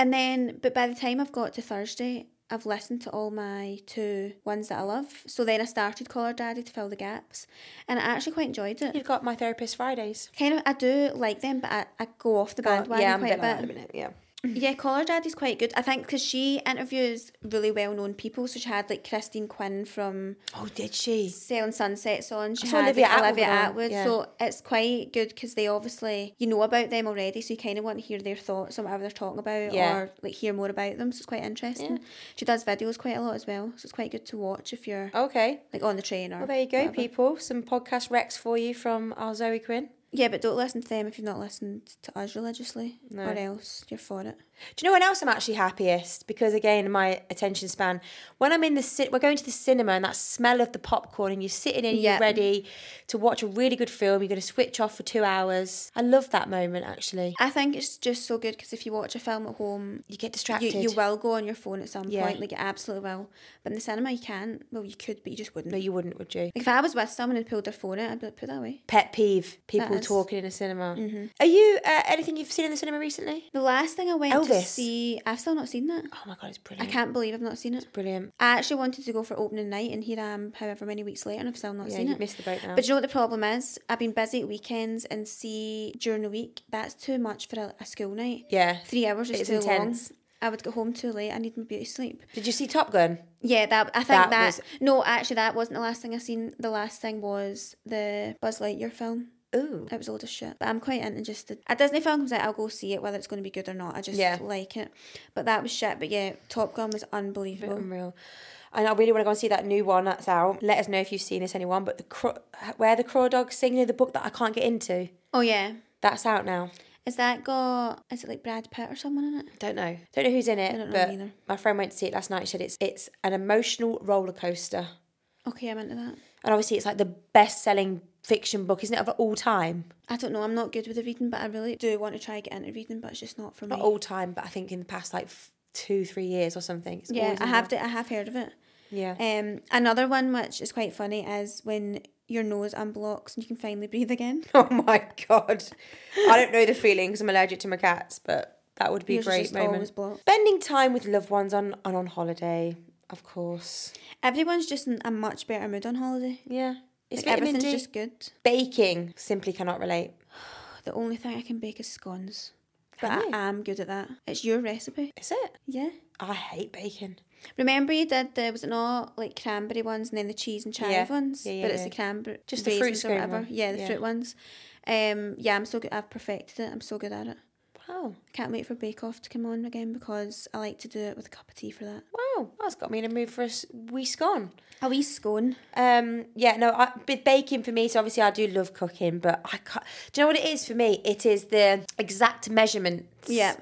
[SPEAKER 3] And then, but by the time I've got to Thursday, I've listened to all my two ones that I love. So then I started Caller Daddy to fill the gaps, and I actually quite enjoyed it.
[SPEAKER 2] You've got my therapist Fridays.
[SPEAKER 3] Kind of, I do like them, but I, I go off the bandwagon
[SPEAKER 5] yeah, I'm
[SPEAKER 3] quite
[SPEAKER 5] getting
[SPEAKER 3] a
[SPEAKER 5] on in a
[SPEAKER 3] bit.
[SPEAKER 5] minute. Yeah.
[SPEAKER 3] Yeah, Caller Daddy's quite good. I think because she interviews really well known people. So she had like Christine Quinn from
[SPEAKER 2] Oh, did she?
[SPEAKER 3] Selling Sunsets on. She
[SPEAKER 2] I saw
[SPEAKER 3] had
[SPEAKER 2] Olivia
[SPEAKER 3] Olivia Atwood.
[SPEAKER 2] Atwood
[SPEAKER 3] Olivia
[SPEAKER 2] on,
[SPEAKER 3] Atwood.
[SPEAKER 2] yeah.
[SPEAKER 3] So it's quite good because they obviously, you know about them already. So you kind of want to hear their thoughts on whatever they're talking about
[SPEAKER 5] Yeah.
[SPEAKER 3] or like hear more about them. So it's quite interesting. She does videos quite a lot as well. So it's quite good to watch if you're
[SPEAKER 2] Okay.
[SPEAKER 3] like on the train or.
[SPEAKER 2] Well, there you go,
[SPEAKER 3] whatever.
[SPEAKER 2] people. Some podcast recs for you from our Zoe Quinn.
[SPEAKER 3] Yeah, but don't listen to them if you've not listened to us religiously or else you're for it.
[SPEAKER 2] Do you know when else I'm actually happiest? Because again, my attention span. When I'm in the cin- we're going to the cinema and that smell of the popcorn, and you're sitting in,
[SPEAKER 3] Yeah.
[SPEAKER 2] you're ready to watch a really good film. You're going to switch off for two hours. I love that moment. Actually,
[SPEAKER 3] I think it's just so good because if you watch a film at home,
[SPEAKER 2] you get distracted.
[SPEAKER 3] You, you will go on your phone at some
[SPEAKER 2] Yeah.
[SPEAKER 3] point, like you absolutely will. But in the cinema, you can't. Well, you could, but you just wouldn't.
[SPEAKER 2] No, you wouldn't, would you?
[SPEAKER 3] Like if I was with someone and pulled their phone out, I'd be like, put that away.
[SPEAKER 2] Pet peeve: people
[SPEAKER 3] is- Mm-hmm.
[SPEAKER 2] talking in a cinema. Are you uh, anything you've seen in the cinema recently?
[SPEAKER 3] The last thing I went to
[SPEAKER 2] Elvis.
[SPEAKER 3] see, I've still not seen that.
[SPEAKER 2] Oh my god, it's
[SPEAKER 3] I
[SPEAKER 2] brilliant!
[SPEAKER 3] can't believe I've not seen it.
[SPEAKER 2] Brilliant.
[SPEAKER 3] I actually wanted to go for opening night, and here I am, however many weeks later, and I've still not
[SPEAKER 2] Yeah,
[SPEAKER 3] seen
[SPEAKER 2] you
[SPEAKER 3] it.
[SPEAKER 2] missed the boat now.
[SPEAKER 3] But do you know what the problem is? I've been busy at weekends, and see during the week that's too much for a, a school night.
[SPEAKER 2] Yeah.
[SPEAKER 3] three hours is
[SPEAKER 2] It's
[SPEAKER 3] too
[SPEAKER 2] intense.
[SPEAKER 3] long. I would get home too late. I need my beauty sleep.
[SPEAKER 2] Did you see Top Gun?
[SPEAKER 3] Yeah, that I think
[SPEAKER 2] That
[SPEAKER 3] that,
[SPEAKER 2] was-
[SPEAKER 3] no, actually that wasn't the last thing I seen. The last thing was the Buzz Lightyear film.
[SPEAKER 2] Ooh.
[SPEAKER 3] It was old as shit. But I'm quite into just the a Disney film comes out, I'll go see it, whether it's gonna be good or not. I just
[SPEAKER 2] Yeah.
[SPEAKER 3] like it. But that was shit. But yeah, Top Gun was unbelievable.
[SPEAKER 2] Unreal. And I really want to go and see that new one that's out. Let us know if you've seen this, anyone. But the cro- where the craw dogs sing, you know, the book that I can't get into,
[SPEAKER 3] Oh yeah.
[SPEAKER 2] that's out now.
[SPEAKER 3] Is that got is it like Brad Pitt or someone in it?
[SPEAKER 2] Don't know. Don't know who's in it.
[SPEAKER 3] I don't know
[SPEAKER 2] but
[SPEAKER 3] either.
[SPEAKER 2] my friend went to see it last night. She said it's it's an emotional roller coaster,
[SPEAKER 3] Okay, I'm into that.
[SPEAKER 2] and obviously it's like the best selling fiction book, isn't it, of all time?
[SPEAKER 3] I don't know, I'm not good with the reading, but I really do want to try and get into reading, but it's just not for me.
[SPEAKER 2] Not all time, but I think in the past like f- two, three years or something. It's
[SPEAKER 3] yeah,
[SPEAKER 2] always
[SPEAKER 3] I
[SPEAKER 2] in
[SPEAKER 3] have
[SPEAKER 2] there.
[SPEAKER 3] to, I have heard of it.
[SPEAKER 2] Yeah.
[SPEAKER 3] Um, another one which is quite funny is when your nose unblocks and you can finally breathe again.
[SPEAKER 2] oh my god, I don't know the feeling because I'm allergic to my cats, but that would be
[SPEAKER 3] Yours
[SPEAKER 2] a
[SPEAKER 3] is
[SPEAKER 2] great
[SPEAKER 3] just always
[SPEAKER 2] moment.
[SPEAKER 3] blocked.
[SPEAKER 2] Spending time with loved ones on and on holiday, of course.
[SPEAKER 3] Everyone's just in a much better mood on holiday.
[SPEAKER 2] Yeah, it's
[SPEAKER 3] Like,
[SPEAKER 2] vitamin
[SPEAKER 3] everything's
[SPEAKER 2] D.
[SPEAKER 3] just good.
[SPEAKER 2] Baking simply cannot relate.
[SPEAKER 3] The only thing I can bake is scones. But
[SPEAKER 2] Can
[SPEAKER 3] I
[SPEAKER 2] you?
[SPEAKER 3] am good at that. It's your recipe.
[SPEAKER 2] Is it?
[SPEAKER 3] Yeah.
[SPEAKER 2] I hate baking.
[SPEAKER 3] Remember you did the was it not like cranberry ones and then the cheese and chive
[SPEAKER 2] Yeah.
[SPEAKER 3] ones?
[SPEAKER 2] Yeah, yeah,
[SPEAKER 3] but it's
[SPEAKER 2] yeah.
[SPEAKER 3] the cranberry
[SPEAKER 2] Just the fruit
[SPEAKER 3] raisins or
[SPEAKER 2] scone
[SPEAKER 3] whatever.
[SPEAKER 2] one.
[SPEAKER 3] Yeah, the
[SPEAKER 2] Yeah.
[SPEAKER 3] fruit ones. Um yeah, I'm so good I've perfected it. I'm so good at it.
[SPEAKER 2] Wow,
[SPEAKER 3] Can't wait for Bake Off to come on again because I like to do it with a cup of tea for that.
[SPEAKER 2] wow, that's got me in a mood for a s- wee scone.
[SPEAKER 3] A wee scone.
[SPEAKER 2] Um, yeah, no, I, with baking for me, so obviously I do love cooking, but I can't. Do you know what it is for me? It is the exact measurements.
[SPEAKER 3] Yeah.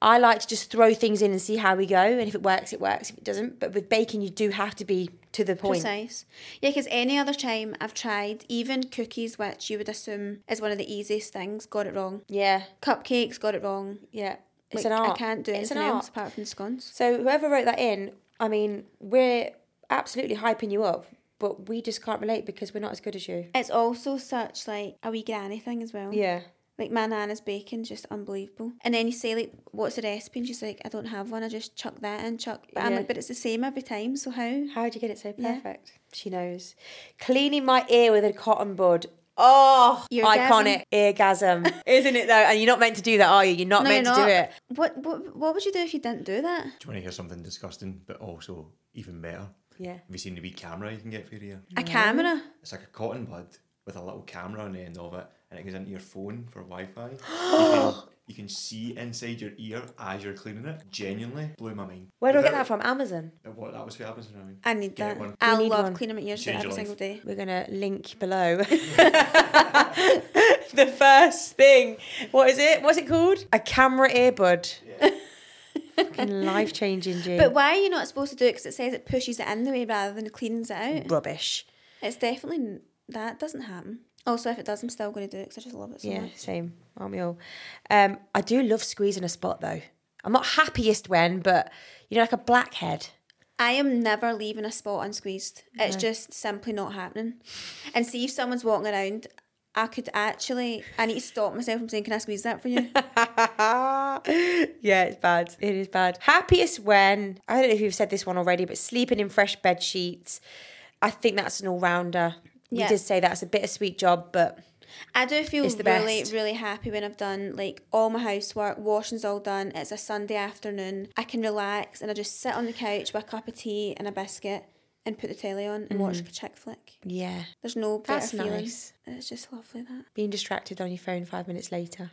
[SPEAKER 2] I like to just throw things in and see how we go, and if it works, it works. If it doesn't, but with baking, you do have to be to the point.
[SPEAKER 3] Precise. Yeah, because any other time I've tried, even cookies, which you would assume is one of the easiest things, got it wrong.
[SPEAKER 2] Yeah,
[SPEAKER 3] Cupcakes, got it wrong.
[SPEAKER 2] yeah, it's
[SPEAKER 3] Like,
[SPEAKER 2] an art.
[SPEAKER 3] I can't do
[SPEAKER 2] It's an
[SPEAKER 3] anything else
[SPEAKER 2] art.
[SPEAKER 3] apart from scones.
[SPEAKER 2] So whoever wrote that in, I mean, we're absolutely hyping you up, but we just can't relate because we're not as good as you.
[SPEAKER 3] It's also such like a wee granny thing as well.
[SPEAKER 2] Yeah.
[SPEAKER 3] Like my nana's baking, just unbelievable. And then you say like, "What's the recipe?" And she's like, "I don't have one. I just chuck that in, chuck." But I'm
[SPEAKER 2] Yeah.
[SPEAKER 3] like, "But it's the same every time. So how?"
[SPEAKER 2] How did you get it so
[SPEAKER 3] Yeah.
[SPEAKER 2] perfect? She knows. Cleaning my ear with a cotton bud. Oh,
[SPEAKER 3] Eargasm.
[SPEAKER 2] iconic eargasm. Isn't it though? And you're not meant to do that, are you? You're not
[SPEAKER 3] No,
[SPEAKER 2] meant
[SPEAKER 3] you're
[SPEAKER 2] to
[SPEAKER 3] not.
[SPEAKER 2] do it.
[SPEAKER 3] What what what would you do if you didn't do that?
[SPEAKER 6] Do you want to hear something disgusting, but also even better?
[SPEAKER 2] Yeah.
[SPEAKER 6] Have you seen the wee camera you can get for your ear?
[SPEAKER 3] A camera.
[SPEAKER 6] It's like a cotton bud with a little camera on the end of it, and it goes into your phone for Wi-Fi. you, can, you can see inside your ear as you're cleaning it. Genuinely blew my mind.
[SPEAKER 2] Where do I get
[SPEAKER 6] Without-
[SPEAKER 2] that from? Amazon.
[SPEAKER 6] What that was for happens now.
[SPEAKER 3] I need
[SPEAKER 6] Get
[SPEAKER 3] that.
[SPEAKER 6] one.
[SPEAKER 3] I
[SPEAKER 2] You need
[SPEAKER 3] love
[SPEAKER 2] one.
[SPEAKER 3] cleaning my ears
[SPEAKER 6] Change
[SPEAKER 3] every
[SPEAKER 6] your life.
[SPEAKER 3] single day.
[SPEAKER 2] We're gonna link below. the first thing. What is it? What's it called? A camera earbud. Fucking life changing, G.
[SPEAKER 3] But why are you not supposed to do it? Because it says it pushes it in the way rather than cleans it out.
[SPEAKER 2] rubbish.
[SPEAKER 3] It's definitely n- that doesn't happen. Also, if it does, I'm still going to do it because I just love it so
[SPEAKER 2] Yeah,
[SPEAKER 3] much.
[SPEAKER 2] same. Aren't we all? Um, I do love squeezing a spot though. I'm not happiest when, but you know, like a blackhead.
[SPEAKER 3] I am never leaving a spot unsqueezed. It's just simply not happening. And see if someone's walking around. I could actually, I need to stop myself from saying, can I squeeze that for you?
[SPEAKER 2] yeah, it's bad. It is bad. Happiest when I don't know if you've said this one already, but sleeping in fresh bed sheets. I think that's an all rounder. You
[SPEAKER 3] Yeah.
[SPEAKER 2] did say that's a bittersweet job, but
[SPEAKER 3] I do feel
[SPEAKER 2] It's the
[SPEAKER 3] really,
[SPEAKER 2] best.
[SPEAKER 3] really happy when I've done like all my housework, washing's all done. It's a Sunday afternoon. I can relax and I just sit on the couch with a cup of tea and a biscuit and put the telly on and watch a chick flick.
[SPEAKER 2] Mm-hmm. yeah,
[SPEAKER 3] There's no better
[SPEAKER 2] That's
[SPEAKER 3] feeling.
[SPEAKER 2] nice.
[SPEAKER 3] It's just lovely that.
[SPEAKER 2] being distracted on your phone five minutes later.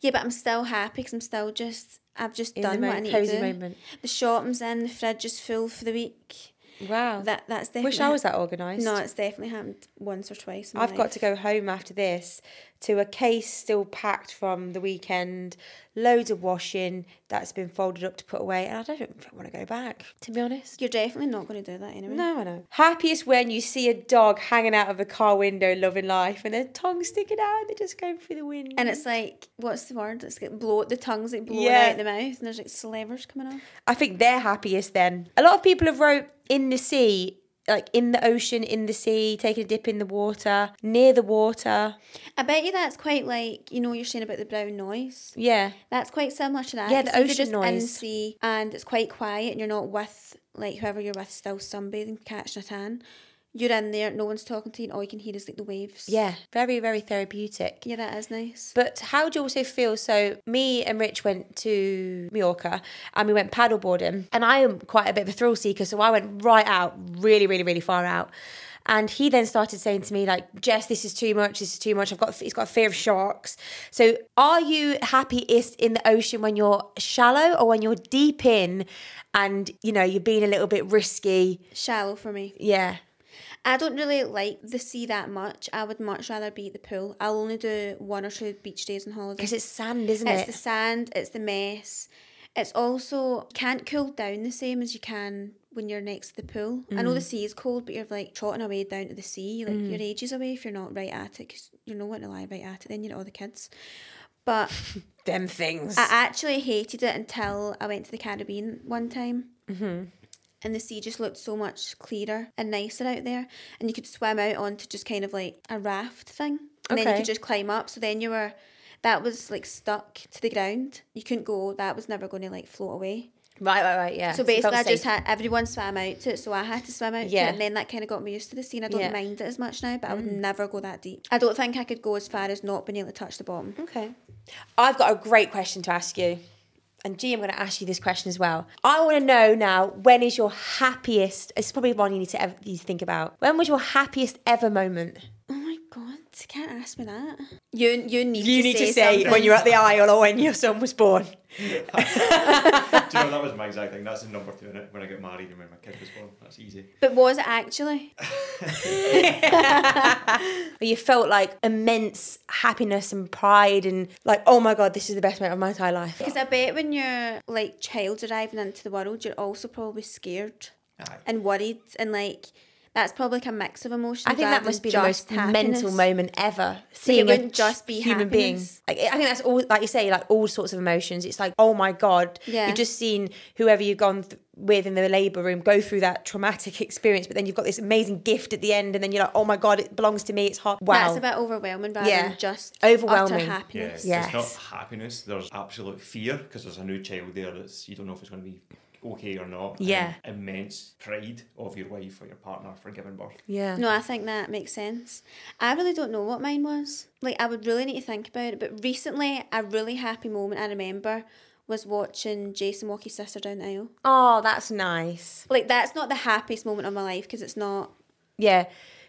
[SPEAKER 3] Yeah, but I'm still happy because I'm still just I've just
[SPEAKER 2] In the
[SPEAKER 3] done what I
[SPEAKER 2] moment,
[SPEAKER 3] need
[SPEAKER 2] cosy
[SPEAKER 3] to do.
[SPEAKER 2] moment.
[SPEAKER 3] The shopping's in, the fridge is full for the week.
[SPEAKER 2] Wow,
[SPEAKER 3] That that's definitely.
[SPEAKER 2] wish I was that organised.
[SPEAKER 3] No, it's definitely happened once or twice. in my
[SPEAKER 2] I've got to go
[SPEAKER 3] life.
[SPEAKER 2] home after this to a case still packed from the weekend, loads of washing that's been folded up to put away, and I don't want to go back, to be honest.
[SPEAKER 3] You're definitely not going to do that anyway.
[SPEAKER 2] No, I know. Happiest when you see a dog hanging out of a car window loving life and their tongue sticking out and they're just going through the wind.
[SPEAKER 3] And it's like, what's the word? It's like blow the tongues like blowing
[SPEAKER 2] Yeah.
[SPEAKER 3] out the mouth, and there's like slivers coming off.
[SPEAKER 2] I think they're happiest then. A lot of people have wrote in the sea, like in the ocean, in the sea, taking a dip in the water, near the water.
[SPEAKER 3] I bet you that's quite like you know you're saying about the brown noise.
[SPEAKER 2] Yeah.
[SPEAKER 3] That's quite similar to that.
[SPEAKER 2] Yeah, the
[SPEAKER 3] 'cause if
[SPEAKER 2] ocean
[SPEAKER 3] you're just In
[SPEAKER 2] noise.
[SPEAKER 3] sea and it's quite quiet, and you're not with like whoever you're with still sunbathing, catching a tan. You're in there, no one's talking to you, and all you can hear is like the waves.
[SPEAKER 2] Yeah. Very, very therapeutic.
[SPEAKER 3] yeah, that is nice.
[SPEAKER 2] But how do you also feel? So me and Rich went to Mallorca and we went paddleboarding. And I am quite a bit of a thrill seeker, so I went right out, really, really, really far out. And he then started saying to me, like, Jess, this is too much. This is too much. I've got, he's got a fear of sharks. So, are you happiest in the ocean when you're shallow or when you're deep in, and you know you're being a little bit risky?
[SPEAKER 3] Shallow for me.
[SPEAKER 2] Yeah,
[SPEAKER 3] I don't really like the sea that much. I would much rather be at the pool. I'll only do one or two beach days on holiday.
[SPEAKER 2] because it's sand, isn't
[SPEAKER 3] it's
[SPEAKER 2] it?
[SPEAKER 3] the sand, it's the mess. It's also you can't cool down the same as you can when you're next to the pool. I
[SPEAKER 2] Mm.
[SPEAKER 3] know the sea is cold, but you're like trotting away down to the sea, like you're ages away if you're not right at it, because you're not going to lie right at it. Then you're all the kids. But
[SPEAKER 2] Them things.
[SPEAKER 3] I actually hated it until I went to the Caribbean one time. Mm-hmm. And the sea just looked so much clearer and nicer out there. And you could swim out onto just kind of like a raft thing. And then
[SPEAKER 2] Okay.
[SPEAKER 3] you could just climb up. So then you were, that was like stuck to the ground. You couldn't go, that was never going to like float away.
[SPEAKER 2] right, right, right. Yeah.
[SPEAKER 3] So
[SPEAKER 2] you felt
[SPEAKER 3] basically, I just
[SPEAKER 2] safe.
[SPEAKER 3] had everyone swam out to it, so I had to swim out to
[SPEAKER 2] Yeah.
[SPEAKER 3] it, and then that kind of got me used to the scene. I don't
[SPEAKER 2] Yeah. Mm.
[SPEAKER 3] mind it as much now, but I would never go that deep. I don't think I could go as far as not being able to touch the bottom.
[SPEAKER 2] Okay. I've got a great question to ask you. And G, I'm going to ask you this question as well. I want to know now when is your happiest? It's probably one you need to ever, you think about. When was your happiest ever moment?
[SPEAKER 3] Oh my god, you can't ask me that. You you need to say something.
[SPEAKER 2] at the aisle or when your son was born.
[SPEAKER 5] Do you know that was my exact thing? That's the number two in it when I get married and when my kid was born. That's easy.
[SPEAKER 3] But was it actually?
[SPEAKER 2] You felt like immense happiness and pride and like, oh my god, this is the best moment of my entire life.
[SPEAKER 3] Because I bet when you're like child arriving into the world, you're also probably scared
[SPEAKER 5] Aye.
[SPEAKER 3] and worried and like that's probably like a mix of emotions.
[SPEAKER 2] I think
[SPEAKER 3] rather
[SPEAKER 2] that must
[SPEAKER 3] than
[SPEAKER 2] be the
[SPEAKER 3] just
[SPEAKER 2] most mental
[SPEAKER 3] happiness.
[SPEAKER 2] moment ever. Seeing a
[SPEAKER 3] wouldn't
[SPEAKER 2] just
[SPEAKER 3] just
[SPEAKER 2] be
[SPEAKER 3] be
[SPEAKER 2] human
[SPEAKER 3] happiness.
[SPEAKER 2] being. Like, I think that's all, like you say, like all sorts of emotions. It's like, oh my god,
[SPEAKER 3] Yeah.
[SPEAKER 2] you've just seen whoever you've gone th- with in the labour room go through that traumatic experience, but then you've got this amazing gift at the end, and then you're like, oh my god, it belongs to me. It's hot. Wow.
[SPEAKER 3] That's a bit overwhelming rather
[SPEAKER 2] Yeah.
[SPEAKER 3] than just
[SPEAKER 2] Overwhelming.
[SPEAKER 3] utter
[SPEAKER 5] Yeah,
[SPEAKER 3] happiness.
[SPEAKER 5] it's
[SPEAKER 2] Yes.
[SPEAKER 5] not happiness. There's absolute fear because there's a new child there that's you don't know if it's going to be okay or not. and
[SPEAKER 2] Yeah.
[SPEAKER 5] immense pride of your wife or your partner for giving birth.
[SPEAKER 2] yeah.
[SPEAKER 3] No, I think that makes sense. I really don't know what mine was. Like, I would really need to think about it. But recently, a really happy moment I remember was watching Jason walk his sister down the aisle.
[SPEAKER 2] Oh, that's nice.
[SPEAKER 3] Like, that's not the happiest moment of my life because it's not
[SPEAKER 2] Yeah,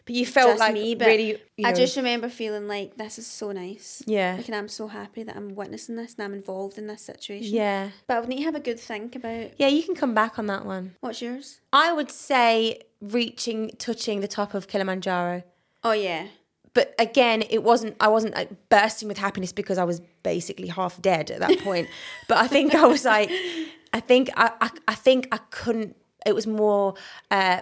[SPEAKER 2] but you felt
[SPEAKER 3] just
[SPEAKER 2] like
[SPEAKER 3] me. But
[SPEAKER 2] really. you
[SPEAKER 3] I
[SPEAKER 2] know-
[SPEAKER 3] just remember feeling like this is so nice.
[SPEAKER 2] Yeah.
[SPEAKER 3] Like, and I'm so happy that I'm witnessing this and I'm involved in this situation.
[SPEAKER 2] Yeah.
[SPEAKER 3] But I would need to have a good think about
[SPEAKER 2] Yeah, you can come back on that one.
[SPEAKER 3] what's yours?
[SPEAKER 2] I would say reaching, touching the top of Kilimanjaro.
[SPEAKER 3] Oh, yeah.
[SPEAKER 2] but again it wasn't i wasn't like bursting with happiness because i was basically half dead at that point but i think i was like i think i i, I think i couldn't it was more uh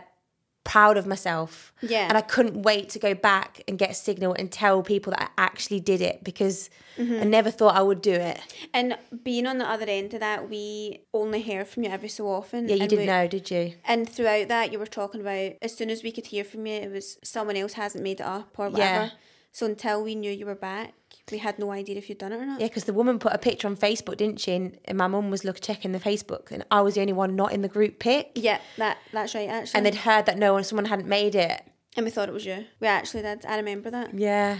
[SPEAKER 2] proud of myself
[SPEAKER 3] Yeah.
[SPEAKER 2] and i couldn't wait to go back and get a signal and tell people that i actually did it because i
[SPEAKER 3] Mm-hmm.
[SPEAKER 2] never thought i would do it
[SPEAKER 3] And being on the other end of that, we only hear from you every so often.
[SPEAKER 2] yeah you
[SPEAKER 3] and
[SPEAKER 2] didn't
[SPEAKER 3] we-
[SPEAKER 2] know did you
[SPEAKER 3] And throughout that, you were talking about as soon as we could hear from you, it was someone else hasn't made it up or
[SPEAKER 2] Yeah.
[SPEAKER 3] whatever. So until we knew you were back, we had no idea if you'd done it or not.
[SPEAKER 2] Yeah, because the woman put a picture on Facebook, didn't she? And, and my mum was look checking the Facebook, and I was the only one not in the group pic.
[SPEAKER 3] Yeah, that that's right actually.
[SPEAKER 2] And they'd heard that no one, someone hadn't made it.
[SPEAKER 3] and we thought it was you. We actually did. I remember that.
[SPEAKER 2] Yeah,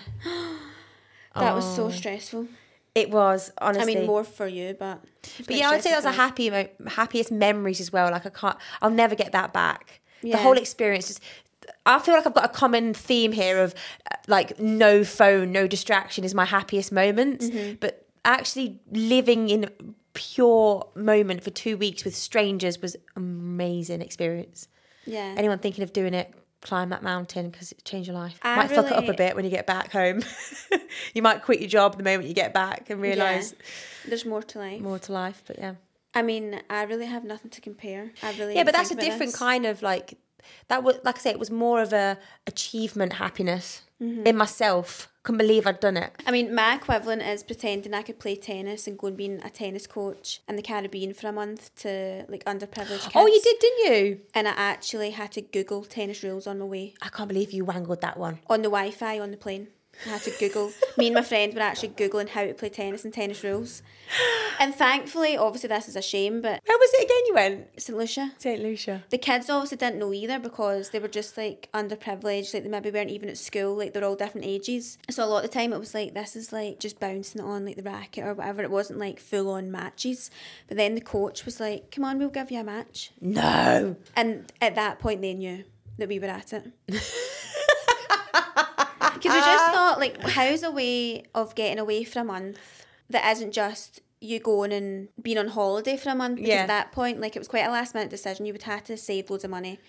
[SPEAKER 3] That was so stressful.
[SPEAKER 2] it was
[SPEAKER 3] I
[SPEAKER 2] Oh. honestly.
[SPEAKER 3] mean, more for you, but it's
[SPEAKER 2] but
[SPEAKER 3] quite
[SPEAKER 2] yeah, I'd say
[SPEAKER 3] stressful
[SPEAKER 2] those are
[SPEAKER 3] for us.
[SPEAKER 2] happy, mo- happiest memories as well. Like I can't, I'll never get that back. The
[SPEAKER 3] Yeah.
[SPEAKER 2] whole experience just. I feel like I've got a common theme here of uh, like no phone, no distraction is my happiest moments.
[SPEAKER 3] Mm-hmm.
[SPEAKER 2] But actually living in pure moment for two weeks with strangers was amazing experience.
[SPEAKER 3] Yeah.
[SPEAKER 2] Anyone thinking of doing it, climb that mountain because it changed your life.
[SPEAKER 3] I
[SPEAKER 2] might fuck it up a
[SPEAKER 3] really-
[SPEAKER 2] bit when you get back home. you might quit your job the moment you get back and realise
[SPEAKER 3] There's more to life.
[SPEAKER 2] more to life. But yeah.
[SPEAKER 3] I mean, I really have nothing to compare. I really
[SPEAKER 2] Yeah, but
[SPEAKER 3] think
[SPEAKER 2] that's a
[SPEAKER 3] about
[SPEAKER 2] different
[SPEAKER 3] this.
[SPEAKER 2] kind of like that was like I say, it was more of a achievement happiness in myself. Couldn't believe I'd done it.
[SPEAKER 3] I mean, my equivalent is pretending I could play tennis and going being a tennis coach in the Caribbean for a month to like underprivileged kids.
[SPEAKER 2] Oh, you did, didn't you?
[SPEAKER 3] And I actually had to Google tennis rules on my way
[SPEAKER 2] I can't believe you wangled that one.
[SPEAKER 3] on the Wi-Fi on the plane. I had to Google. Me and my friend were actually googling how to play tennis and tennis rules. And thankfully, obviously, this is a shame, but
[SPEAKER 2] Where was it again you went?
[SPEAKER 3] St. Lucia.
[SPEAKER 2] St. Lucia.
[SPEAKER 3] The kids obviously didn't know either because they were just like underprivileged, like they maybe weren't even at school, like they're all different ages. So a lot of the time it was like this is like just bouncing it on like the racket or whatever. It wasn't like full on matches. But then the coach was like, Come on, we'll give you a match.
[SPEAKER 2] No.
[SPEAKER 3] And at that point they knew that we were at it. Because we just thought, like, how's a way of getting away for a month that isn't just you going and being on holiday for a month? Because
[SPEAKER 2] Yeah.
[SPEAKER 3] at that point, like, it was quite a last minute decision. You would have to save loads of money.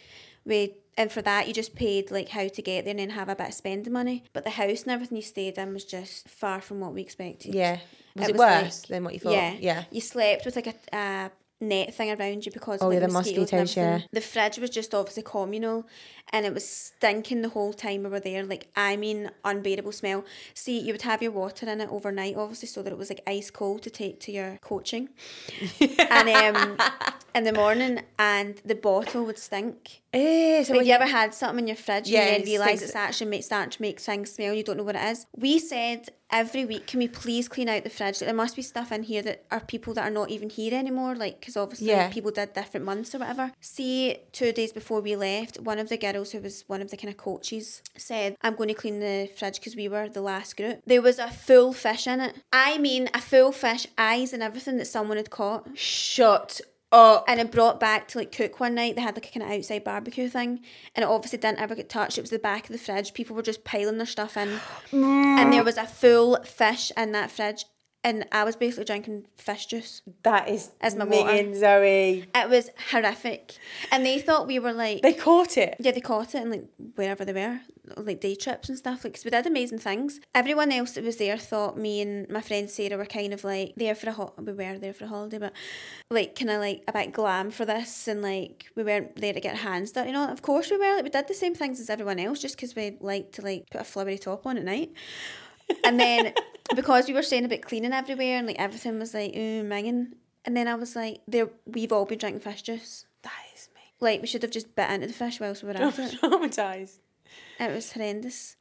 [SPEAKER 3] We, and for that, you just paid, like, how to get there and then have a bit of spending money. But the house and everything you stayed in was just far from what we expected.
[SPEAKER 2] Yeah. Was it, worse than what you thought?
[SPEAKER 3] Yeah.
[SPEAKER 2] Yeah.
[SPEAKER 3] You slept with, like, a. a net thing around you because
[SPEAKER 2] Oh,
[SPEAKER 3] of,
[SPEAKER 2] yeah,
[SPEAKER 3] like,
[SPEAKER 2] the
[SPEAKER 3] mosquitoes and
[SPEAKER 2] mosquitoes, yeah.
[SPEAKER 3] everything the fridge was just obviously communal and it was stinking the whole time we were there like i mean unbearable smell see you would have your water in it overnight obviously so that it was like ice cold to take to your coaching and um in the morning and the bottle would stink
[SPEAKER 2] Eh, so when
[SPEAKER 3] but have you ever had something in your fridge
[SPEAKER 2] Yeah,
[SPEAKER 3] and you
[SPEAKER 2] it
[SPEAKER 3] then realise
[SPEAKER 2] stinks.
[SPEAKER 3] it's actually make, starting to make things smell and you don't know what it is? We said every week, can we please clean out the fridge? There must be stuff in here that are people that are not even here anymore, like, because obviously
[SPEAKER 2] Yeah.
[SPEAKER 3] people did different months or whatever. See, two days before we left, one of the girls who was one of the kind of coaches said, I'm going to clean the fridge because we were the last group. There was a full fish in it. I mean, a full fish, eyes and everything that someone had caught.
[SPEAKER 2] Shut up.
[SPEAKER 3] And it brought back to like cook one night. They had like a kind of outside barbecue thing, and it obviously didn't ever get touched. It was the back of the fridge. People were just piling their stuff in, and there was a full fish in that fridge, and I was basically drinking fish juice.
[SPEAKER 2] That is
[SPEAKER 3] As my
[SPEAKER 2] me
[SPEAKER 3] water.
[SPEAKER 2] and Zoe.
[SPEAKER 3] It was horrific, and they thought we were like
[SPEAKER 2] They caught it.
[SPEAKER 3] yeah, they caught it and like wherever they were, like day trips and stuff. Like, 'cause we did amazing things. Everyone else that was there thought me and my friend Sarah were kind of like there for a ho- we were there for a holiday, but like kind of like a bit glam for this and like we weren't there to get our hands dirty. You know, of course we were. Like, we did the same things as everyone else just 'cause we like to like put a flowery top on at night. And then because we were saying about cleaning everywhere and like everything was like ooh minging, and then I was like, there we've all been drinking fish juice.
[SPEAKER 2] That is me.
[SPEAKER 3] Like we should have just bit into the fish whilst we were
[SPEAKER 2] Oh,
[SPEAKER 3] at it.
[SPEAKER 2] Traumatized.
[SPEAKER 3] It was horrendous.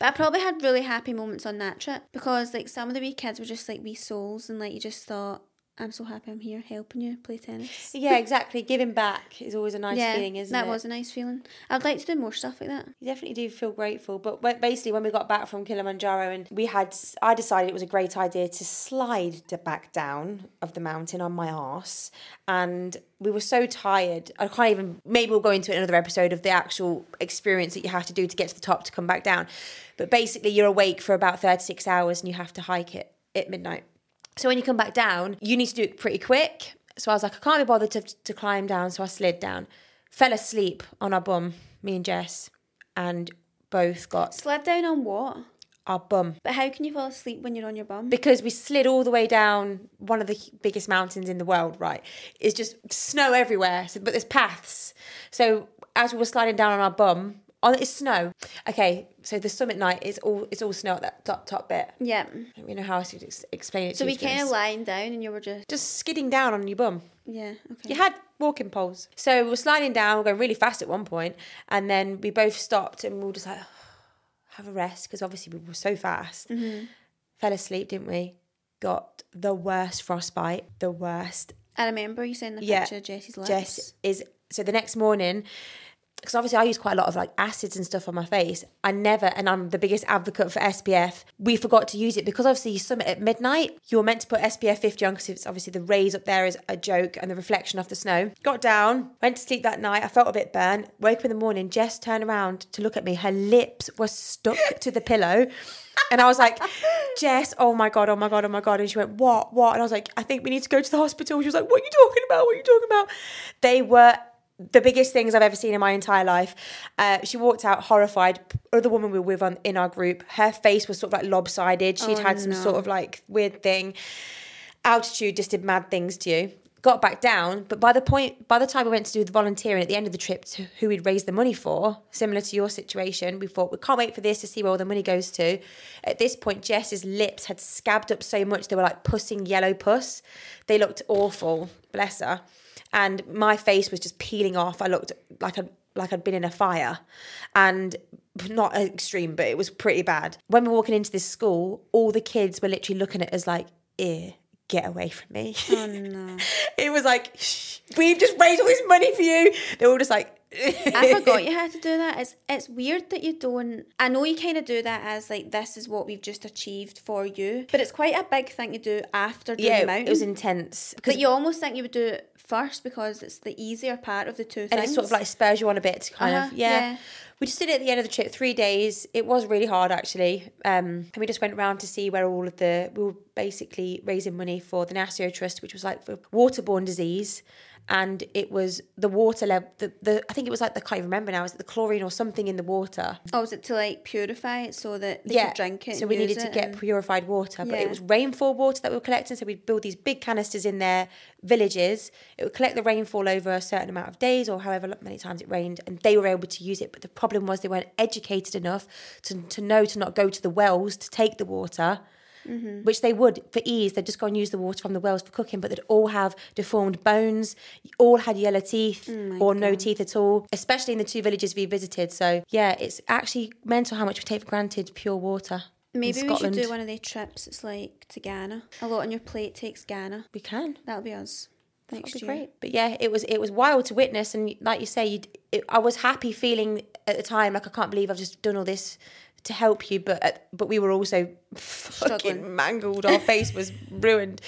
[SPEAKER 3] But I probably had really happy moments on that trip because like some of the wee kids were just like wee souls and like you just thought, I'm so happy I'm here helping you play tennis.
[SPEAKER 2] Yeah, exactly. Giving back is always a nice feeling, isn't
[SPEAKER 3] that
[SPEAKER 2] it?
[SPEAKER 3] was a nice feeling. I'd like to do more stuff like that.
[SPEAKER 2] You definitely do feel grateful. But when- basically, when we got back from Kilimanjaro, and we had, I decided it was a great idea to slide to back down of the mountain on my arse. And we were so tired. I can't even, maybe we'll go into another episode of the actual experience that you have to do to get to the top to come back down. But basically, you're awake for about 36 hours and you have to hike it at midnight. So when you come back down, you need to do it pretty quick. So I was like, I can't be bothered to, to climb down. So I slid down, fell asleep on our bum, me and Jess, and both got
[SPEAKER 3] Slid down on what?
[SPEAKER 2] our bum
[SPEAKER 3] But how can you fall asleep when you're on your bum?
[SPEAKER 2] because we slid all the way down one of the hu- biggest mountains in the world, right? It's just snow everywhere, so, but there's paths. So as we were sliding down on our bum, on it's snow. Okay, so the summit night is all it's all snow at that top top bit.
[SPEAKER 3] yeah.
[SPEAKER 2] I don't know how else to ex- explain it.
[SPEAKER 3] So
[SPEAKER 2] to
[SPEAKER 3] we
[SPEAKER 2] you, to be
[SPEAKER 3] kind of
[SPEAKER 2] honest.
[SPEAKER 3] lying down and you were just
[SPEAKER 2] just skidding down on your bum.
[SPEAKER 3] yeah okay.
[SPEAKER 2] You had walking poles. So we were sliding down, we are going really fast at one point, and then we both stopped and we were just like, have a rest because obviously we were so fast.
[SPEAKER 3] Mm-hmm.
[SPEAKER 2] Fell asleep, didn't we? Got the worst frostbite, the worst
[SPEAKER 3] I remember you saying the picture of Jessie's lips.
[SPEAKER 2] Jess is so the next morning, because obviously I use quite a lot of like acids and stuff on my face. I never, and I'm the biggest advocate for SPF. We forgot to use it because obviously you summit at midnight. You're meant to put SPF 50 on because it's obviously the rays up there is a joke and the reflection off the snow. Got down, went to sleep that night. I felt a bit burnt. Woke up in the morning. Jess turned around to look at me. Her lips were stuck to the pillow. And I was like, Jess, oh my God, oh my God, oh my God. And she went, What, what? And I was like, I think we need to go to the hospital. She was like, What are you talking about? What are you talking about? They were the biggest things I've ever seen in my entire life. Uh, she walked out horrified. Other woman we were with on, in our group, her face was sort of like lopsided. She'd had some sort of like weird thing. Altitude just did mad things to you. Got back down, but by the point, by the time we went to do the volunteering at the end of the trip, to who we'd raised the money for, similar to your situation, we thought we can't wait for this to see where all the money goes to. At this point, Jess's lips had scabbed up so much they were like pussing yellow puss. They looked awful, bless her and my face was just peeling off. I looked like I'd like I'd been in a fire, and not extreme, but it was pretty bad. When we were walking into this school, all the kids were literally looking at us like, "Ew, get away from me!" Oh no! it was like, Shh, "We've just raised all this money for you." They were all just like,
[SPEAKER 3] I forgot you had to do that. It's it's weird that you don't. I know you kind of do that as like this is what we've just achieved for you, but it's quite a big thing to do after doing
[SPEAKER 2] "Yeah,
[SPEAKER 3] the mountain.
[SPEAKER 2] it was intense." Because
[SPEAKER 3] but you almost think you would do it first because it's the easier part of the two
[SPEAKER 2] and
[SPEAKER 3] things.
[SPEAKER 2] it sort of like spurs you on a bit to kind
[SPEAKER 3] Uh-huh,
[SPEAKER 2] of yeah.
[SPEAKER 3] yeah.
[SPEAKER 2] we just did it at the end of the trip three days it was really hard actually um and we just went round to see where all of the we were basically raising money for the nasio trust which was like for waterborne disease and it was the water level the, the i think it was like the I can't even remember now is it the chlorine or something in the water
[SPEAKER 3] Oh, is it to like purify it so that they could drink it?
[SPEAKER 2] so
[SPEAKER 3] and
[SPEAKER 2] we
[SPEAKER 3] use
[SPEAKER 2] needed to
[SPEAKER 3] it
[SPEAKER 2] get
[SPEAKER 3] and-
[SPEAKER 2] purified water, but it
[SPEAKER 3] Yeah.
[SPEAKER 2] was rainfall water that we were collecting. So we'd build these big canisters in their villages. It would collect the rainfall over a certain amount of days or however many times it rained, and they were able to use it. But the problem was they weren't educated enough to, to know to not go to the wells to take the water. Which they would for ease, they'd just go and use the water from the wells for cooking, but they'd all have deformed bones, all had yellow teeth
[SPEAKER 3] Oh
[SPEAKER 2] or no teeth at all, especially in the two villages we visited. So, yeah, it's actually mental how much we take for granted pure water. in
[SPEAKER 3] Maybe we should
[SPEAKER 2] Scotland.
[SPEAKER 3] do one of the trips. It's like to Ghana. A lot on your plate takes Ghana.
[SPEAKER 2] We can.
[SPEAKER 3] That'll be us next
[SPEAKER 2] That'd be
[SPEAKER 3] year.
[SPEAKER 2] great. But yeah, it was it was wild to witness, and like you say, you it, I was happy feeling at the time like I can't believe I've just done all this to help you, but at, but we were also fucking
[SPEAKER 3] Struggling.
[SPEAKER 2] mangled. Our face was ruined.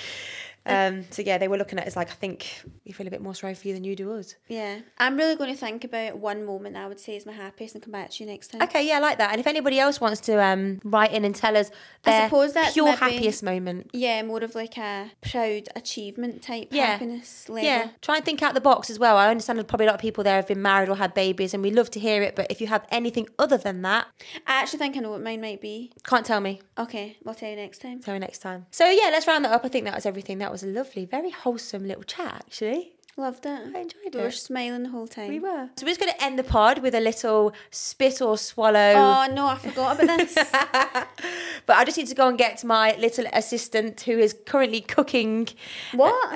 [SPEAKER 2] Um, so yeah, they were looking at us like I think we feel a bit more sorry for you than you do us.
[SPEAKER 3] Yeah, I'm really going to think about one moment I would say is my happiest and come back to you next time.
[SPEAKER 2] Okay, yeah, I like that. And if anybody else wants to um, write in and tell us
[SPEAKER 3] I
[SPEAKER 2] their
[SPEAKER 3] suppose that's
[SPEAKER 2] pure
[SPEAKER 3] maybe-
[SPEAKER 2] happiest moment.
[SPEAKER 3] Yeah, more of like a proud achievement type
[SPEAKER 2] Yeah.
[SPEAKER 3] happiness level.
[SPEAKER 2] Yeah, try and think out the box as well. I understand that probably a lot of people there have been married or had babies, and we love to hear it. But if you have anything other than that,
[SPEAKER 3] I actually think I know what mine might be.
[SPEAKER 2] Can't tell me.
[SPEAKER 3] Okay, I'll tell you next time.
[SPEAKER 2] Tell me next time. So yeah, let's round that up. I think that was everything. That was a lovely, very wholesome little chat, actually.
[SPEAKER 3] Loved it.
[SPEAKER 2] I enjoyed
[SPEAKER 3] We were
[SPEAKER 2] it.
[SPEAKER 3] smiling the whole time.
[SPEAKER 2] We were. So we're just going to end the pod with a little spit or swallow.
[SPEAKER 3] Oh no, I forgot about this.
[SPEAKER 2] But I just need to go and get my little assistant who is currently cooking.
[SPEAKER 3] what?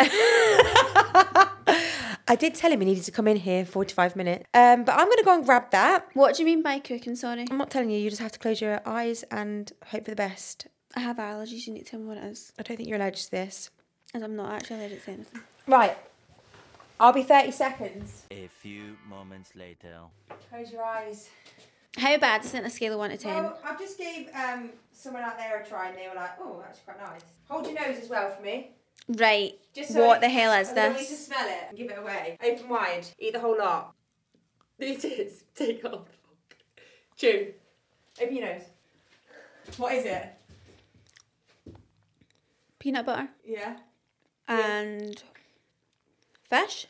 [SPEAKER 2] I did tell him he needed to come in here 45 minutes. Um, but I'm going to go and grab that.
[SPEAKER 3] What do you mean by cooking? Sorry,
[SPEAKER 2] I'm not telling you, you just have to close your eyes and hope for the best.
[SPEAKER 3] I have allergies. You need to tell me what it is,
[SPEAKER 2] I don't think you're allergic to this.
[SPEAKER 3] and I'm not actually allergic to anything.
[SPEAKER 2] Right. I'll be 30 seconds.
[SPEAKER 7] A few moments later.
[SPEAKER 2] Close your eyes.
[SPEAKER 3] How bad is it on a scale of one to ten?
[SPEAKER 2] Well, Oh, I've just gave um, someone out there a try and they were like, oh, that's quite nice. Hold your nose as well for me.
[SPEAKER 3] right.
[SPEAKER 2] Just so
[SPEAKER 3] what
[SPEAKER 2] I-
[SPEAKER 3] the hell is
[SPEAKER 2] I want you to
[SPEAKER 3] this?
[SPEAKER 2] smell it and give it away. Open wide. Eat the whole lot. It is. Take off. Chew. Open your nose. What is it?
[SPEAKER 3] Peanut butter
[SPEAKER 2] Yeah.
[SPEAKER 3] and fish.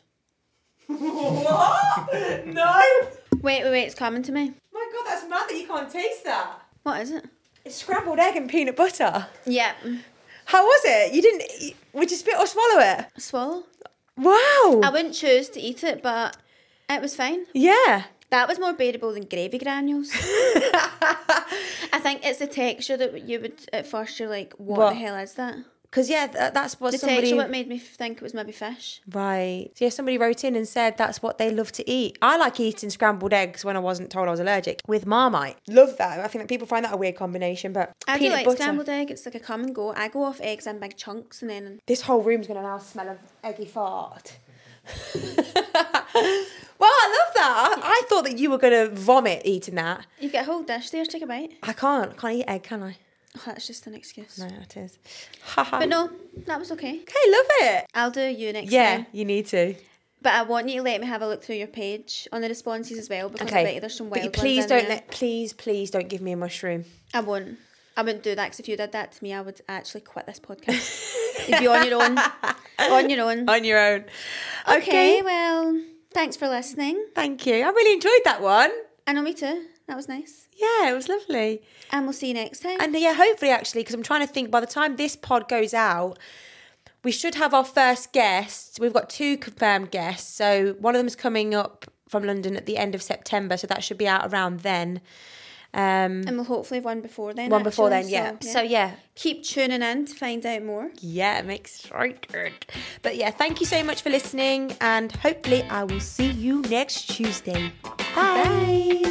[SPEAKER 2] what? No!
[SPEAKER 3] Wait, wait, wait! It's coming to me.
[SPEAKER 2] My god, that's mad that you can't taste that.
[SPEAKER 3] What is it?
[SPEAKER 2] It's scrambled egg and peanut butter.
[SPEAKER 3] Yeah,
[SPEAKER 2] How was it? You didn't. You, would you spit or swallow it?
[SPEAKER 3] swallow.
[SPEAKER 2] Wow!
[SPEAKER 3] I wouldn't choose to eat it, but it was fine.
[SPEAKER 2] yeah.
[SPEAKER 3] That was more bearable than gravy granules. I think it's the texture that you would at first you're like, what,
[SPEAKER 2] What?
[SPEAKER 3] the hell is that?
[SPEAKER 2] Because yeah, th- that's what
[SPEAKER 3] the
[SPEAKER 2] somebody
[SPEAKER 3] texture what made me think it was maybe fish.
[SPEAKER 2] Right. So yeah, somebody wrote in and said that's what they love to eat. I like eating scrambled eggs when I wasn't told I was allergic with Marmite. Love that. I think that people find that a weird combination, but
[SPEAKER 3] I do
[SPEAKER 2] peanut
[SPEAKER 3] like
[SPEAKER 2] butter.
[SPEAKER 3] scrambled e- egg. It's like a come and go. I go off eggs in big chunks and then
[SPEAKER 2] This whole room's gonna now smell of eggy fart. well, I love that. I, I thought that you were gonna vomit eating that.
[SPEAKER 3] you get a whole dish there. Take a bite.
[SPEAKER 2] I can't. I can't eat egg, can I?
[SPEAKER 3] Oh, that's just an excuse.
[SPEAKER 2] No, it is. Haha.
[SPEAKER 3] But no, that was okay.
[SPEAKER 2] Okay, love it.
[SPEAKER 3] I'll do you next
[SPEAKER 2] Yeah,
[SPEAKER 3] time.
[SPEAKER 2] you need to.
[SPEAKER 3] But I want you to let me have a look through your page on the responses as well because I bet
[SPEAKER 2] Okay.
[SPEAKER 3] you there's some
[SPEAKER 2] but
[SPEAKER 3] wild
[SPEAKER 2] you
[SPEAKER 3] ones
[SPEAKER 2] please
[SPEAKER 3] in
[SPEAKER 2] don't
[SPEAKER 3] there.
[SPEAKER 2] let. Please, please don't give me a mushroom.
[SPEAKER 3] I won't. I wouldn't do that because if you did that to me, I would actually quit this podcast. You'd be on your own. on your own.
[SPEAKER 2] On your own.
[SPEAKER 3] Okay, well, thanks for listening.
[SPEAKER 2] Thank you. I really enjoyed that one.
[SPEAKER 3] I know me too. That was nice.
[SPEAKER 2] Yeah, it was lovely.
[SPEAKER 3] And we'll see you next time.
[SPEAKER 2] And yeah, hopefully, actually, because I'm trying to think by the time this pod goes out, we should have our first guest. We've got two confirmed guests. So one of them's coming up from London at the end of September. So that should be out around then. Um,
[SPEAKER 3] And we'll hopefully have one before then.
[SPEAKER 2] one before
[SPEAKER 3] actually,
[SPEAKER 2] then, yeah.
[SPEAKER 3] So,
[SPEAKER 2] So yeah,
[SPEAKER 3] keep tuning in to find out more.
[SPEAKER 2] yeah, I'm excited. But yeah, thank you so much for listening. And hopefully, I will see you next Tuesday. Bye.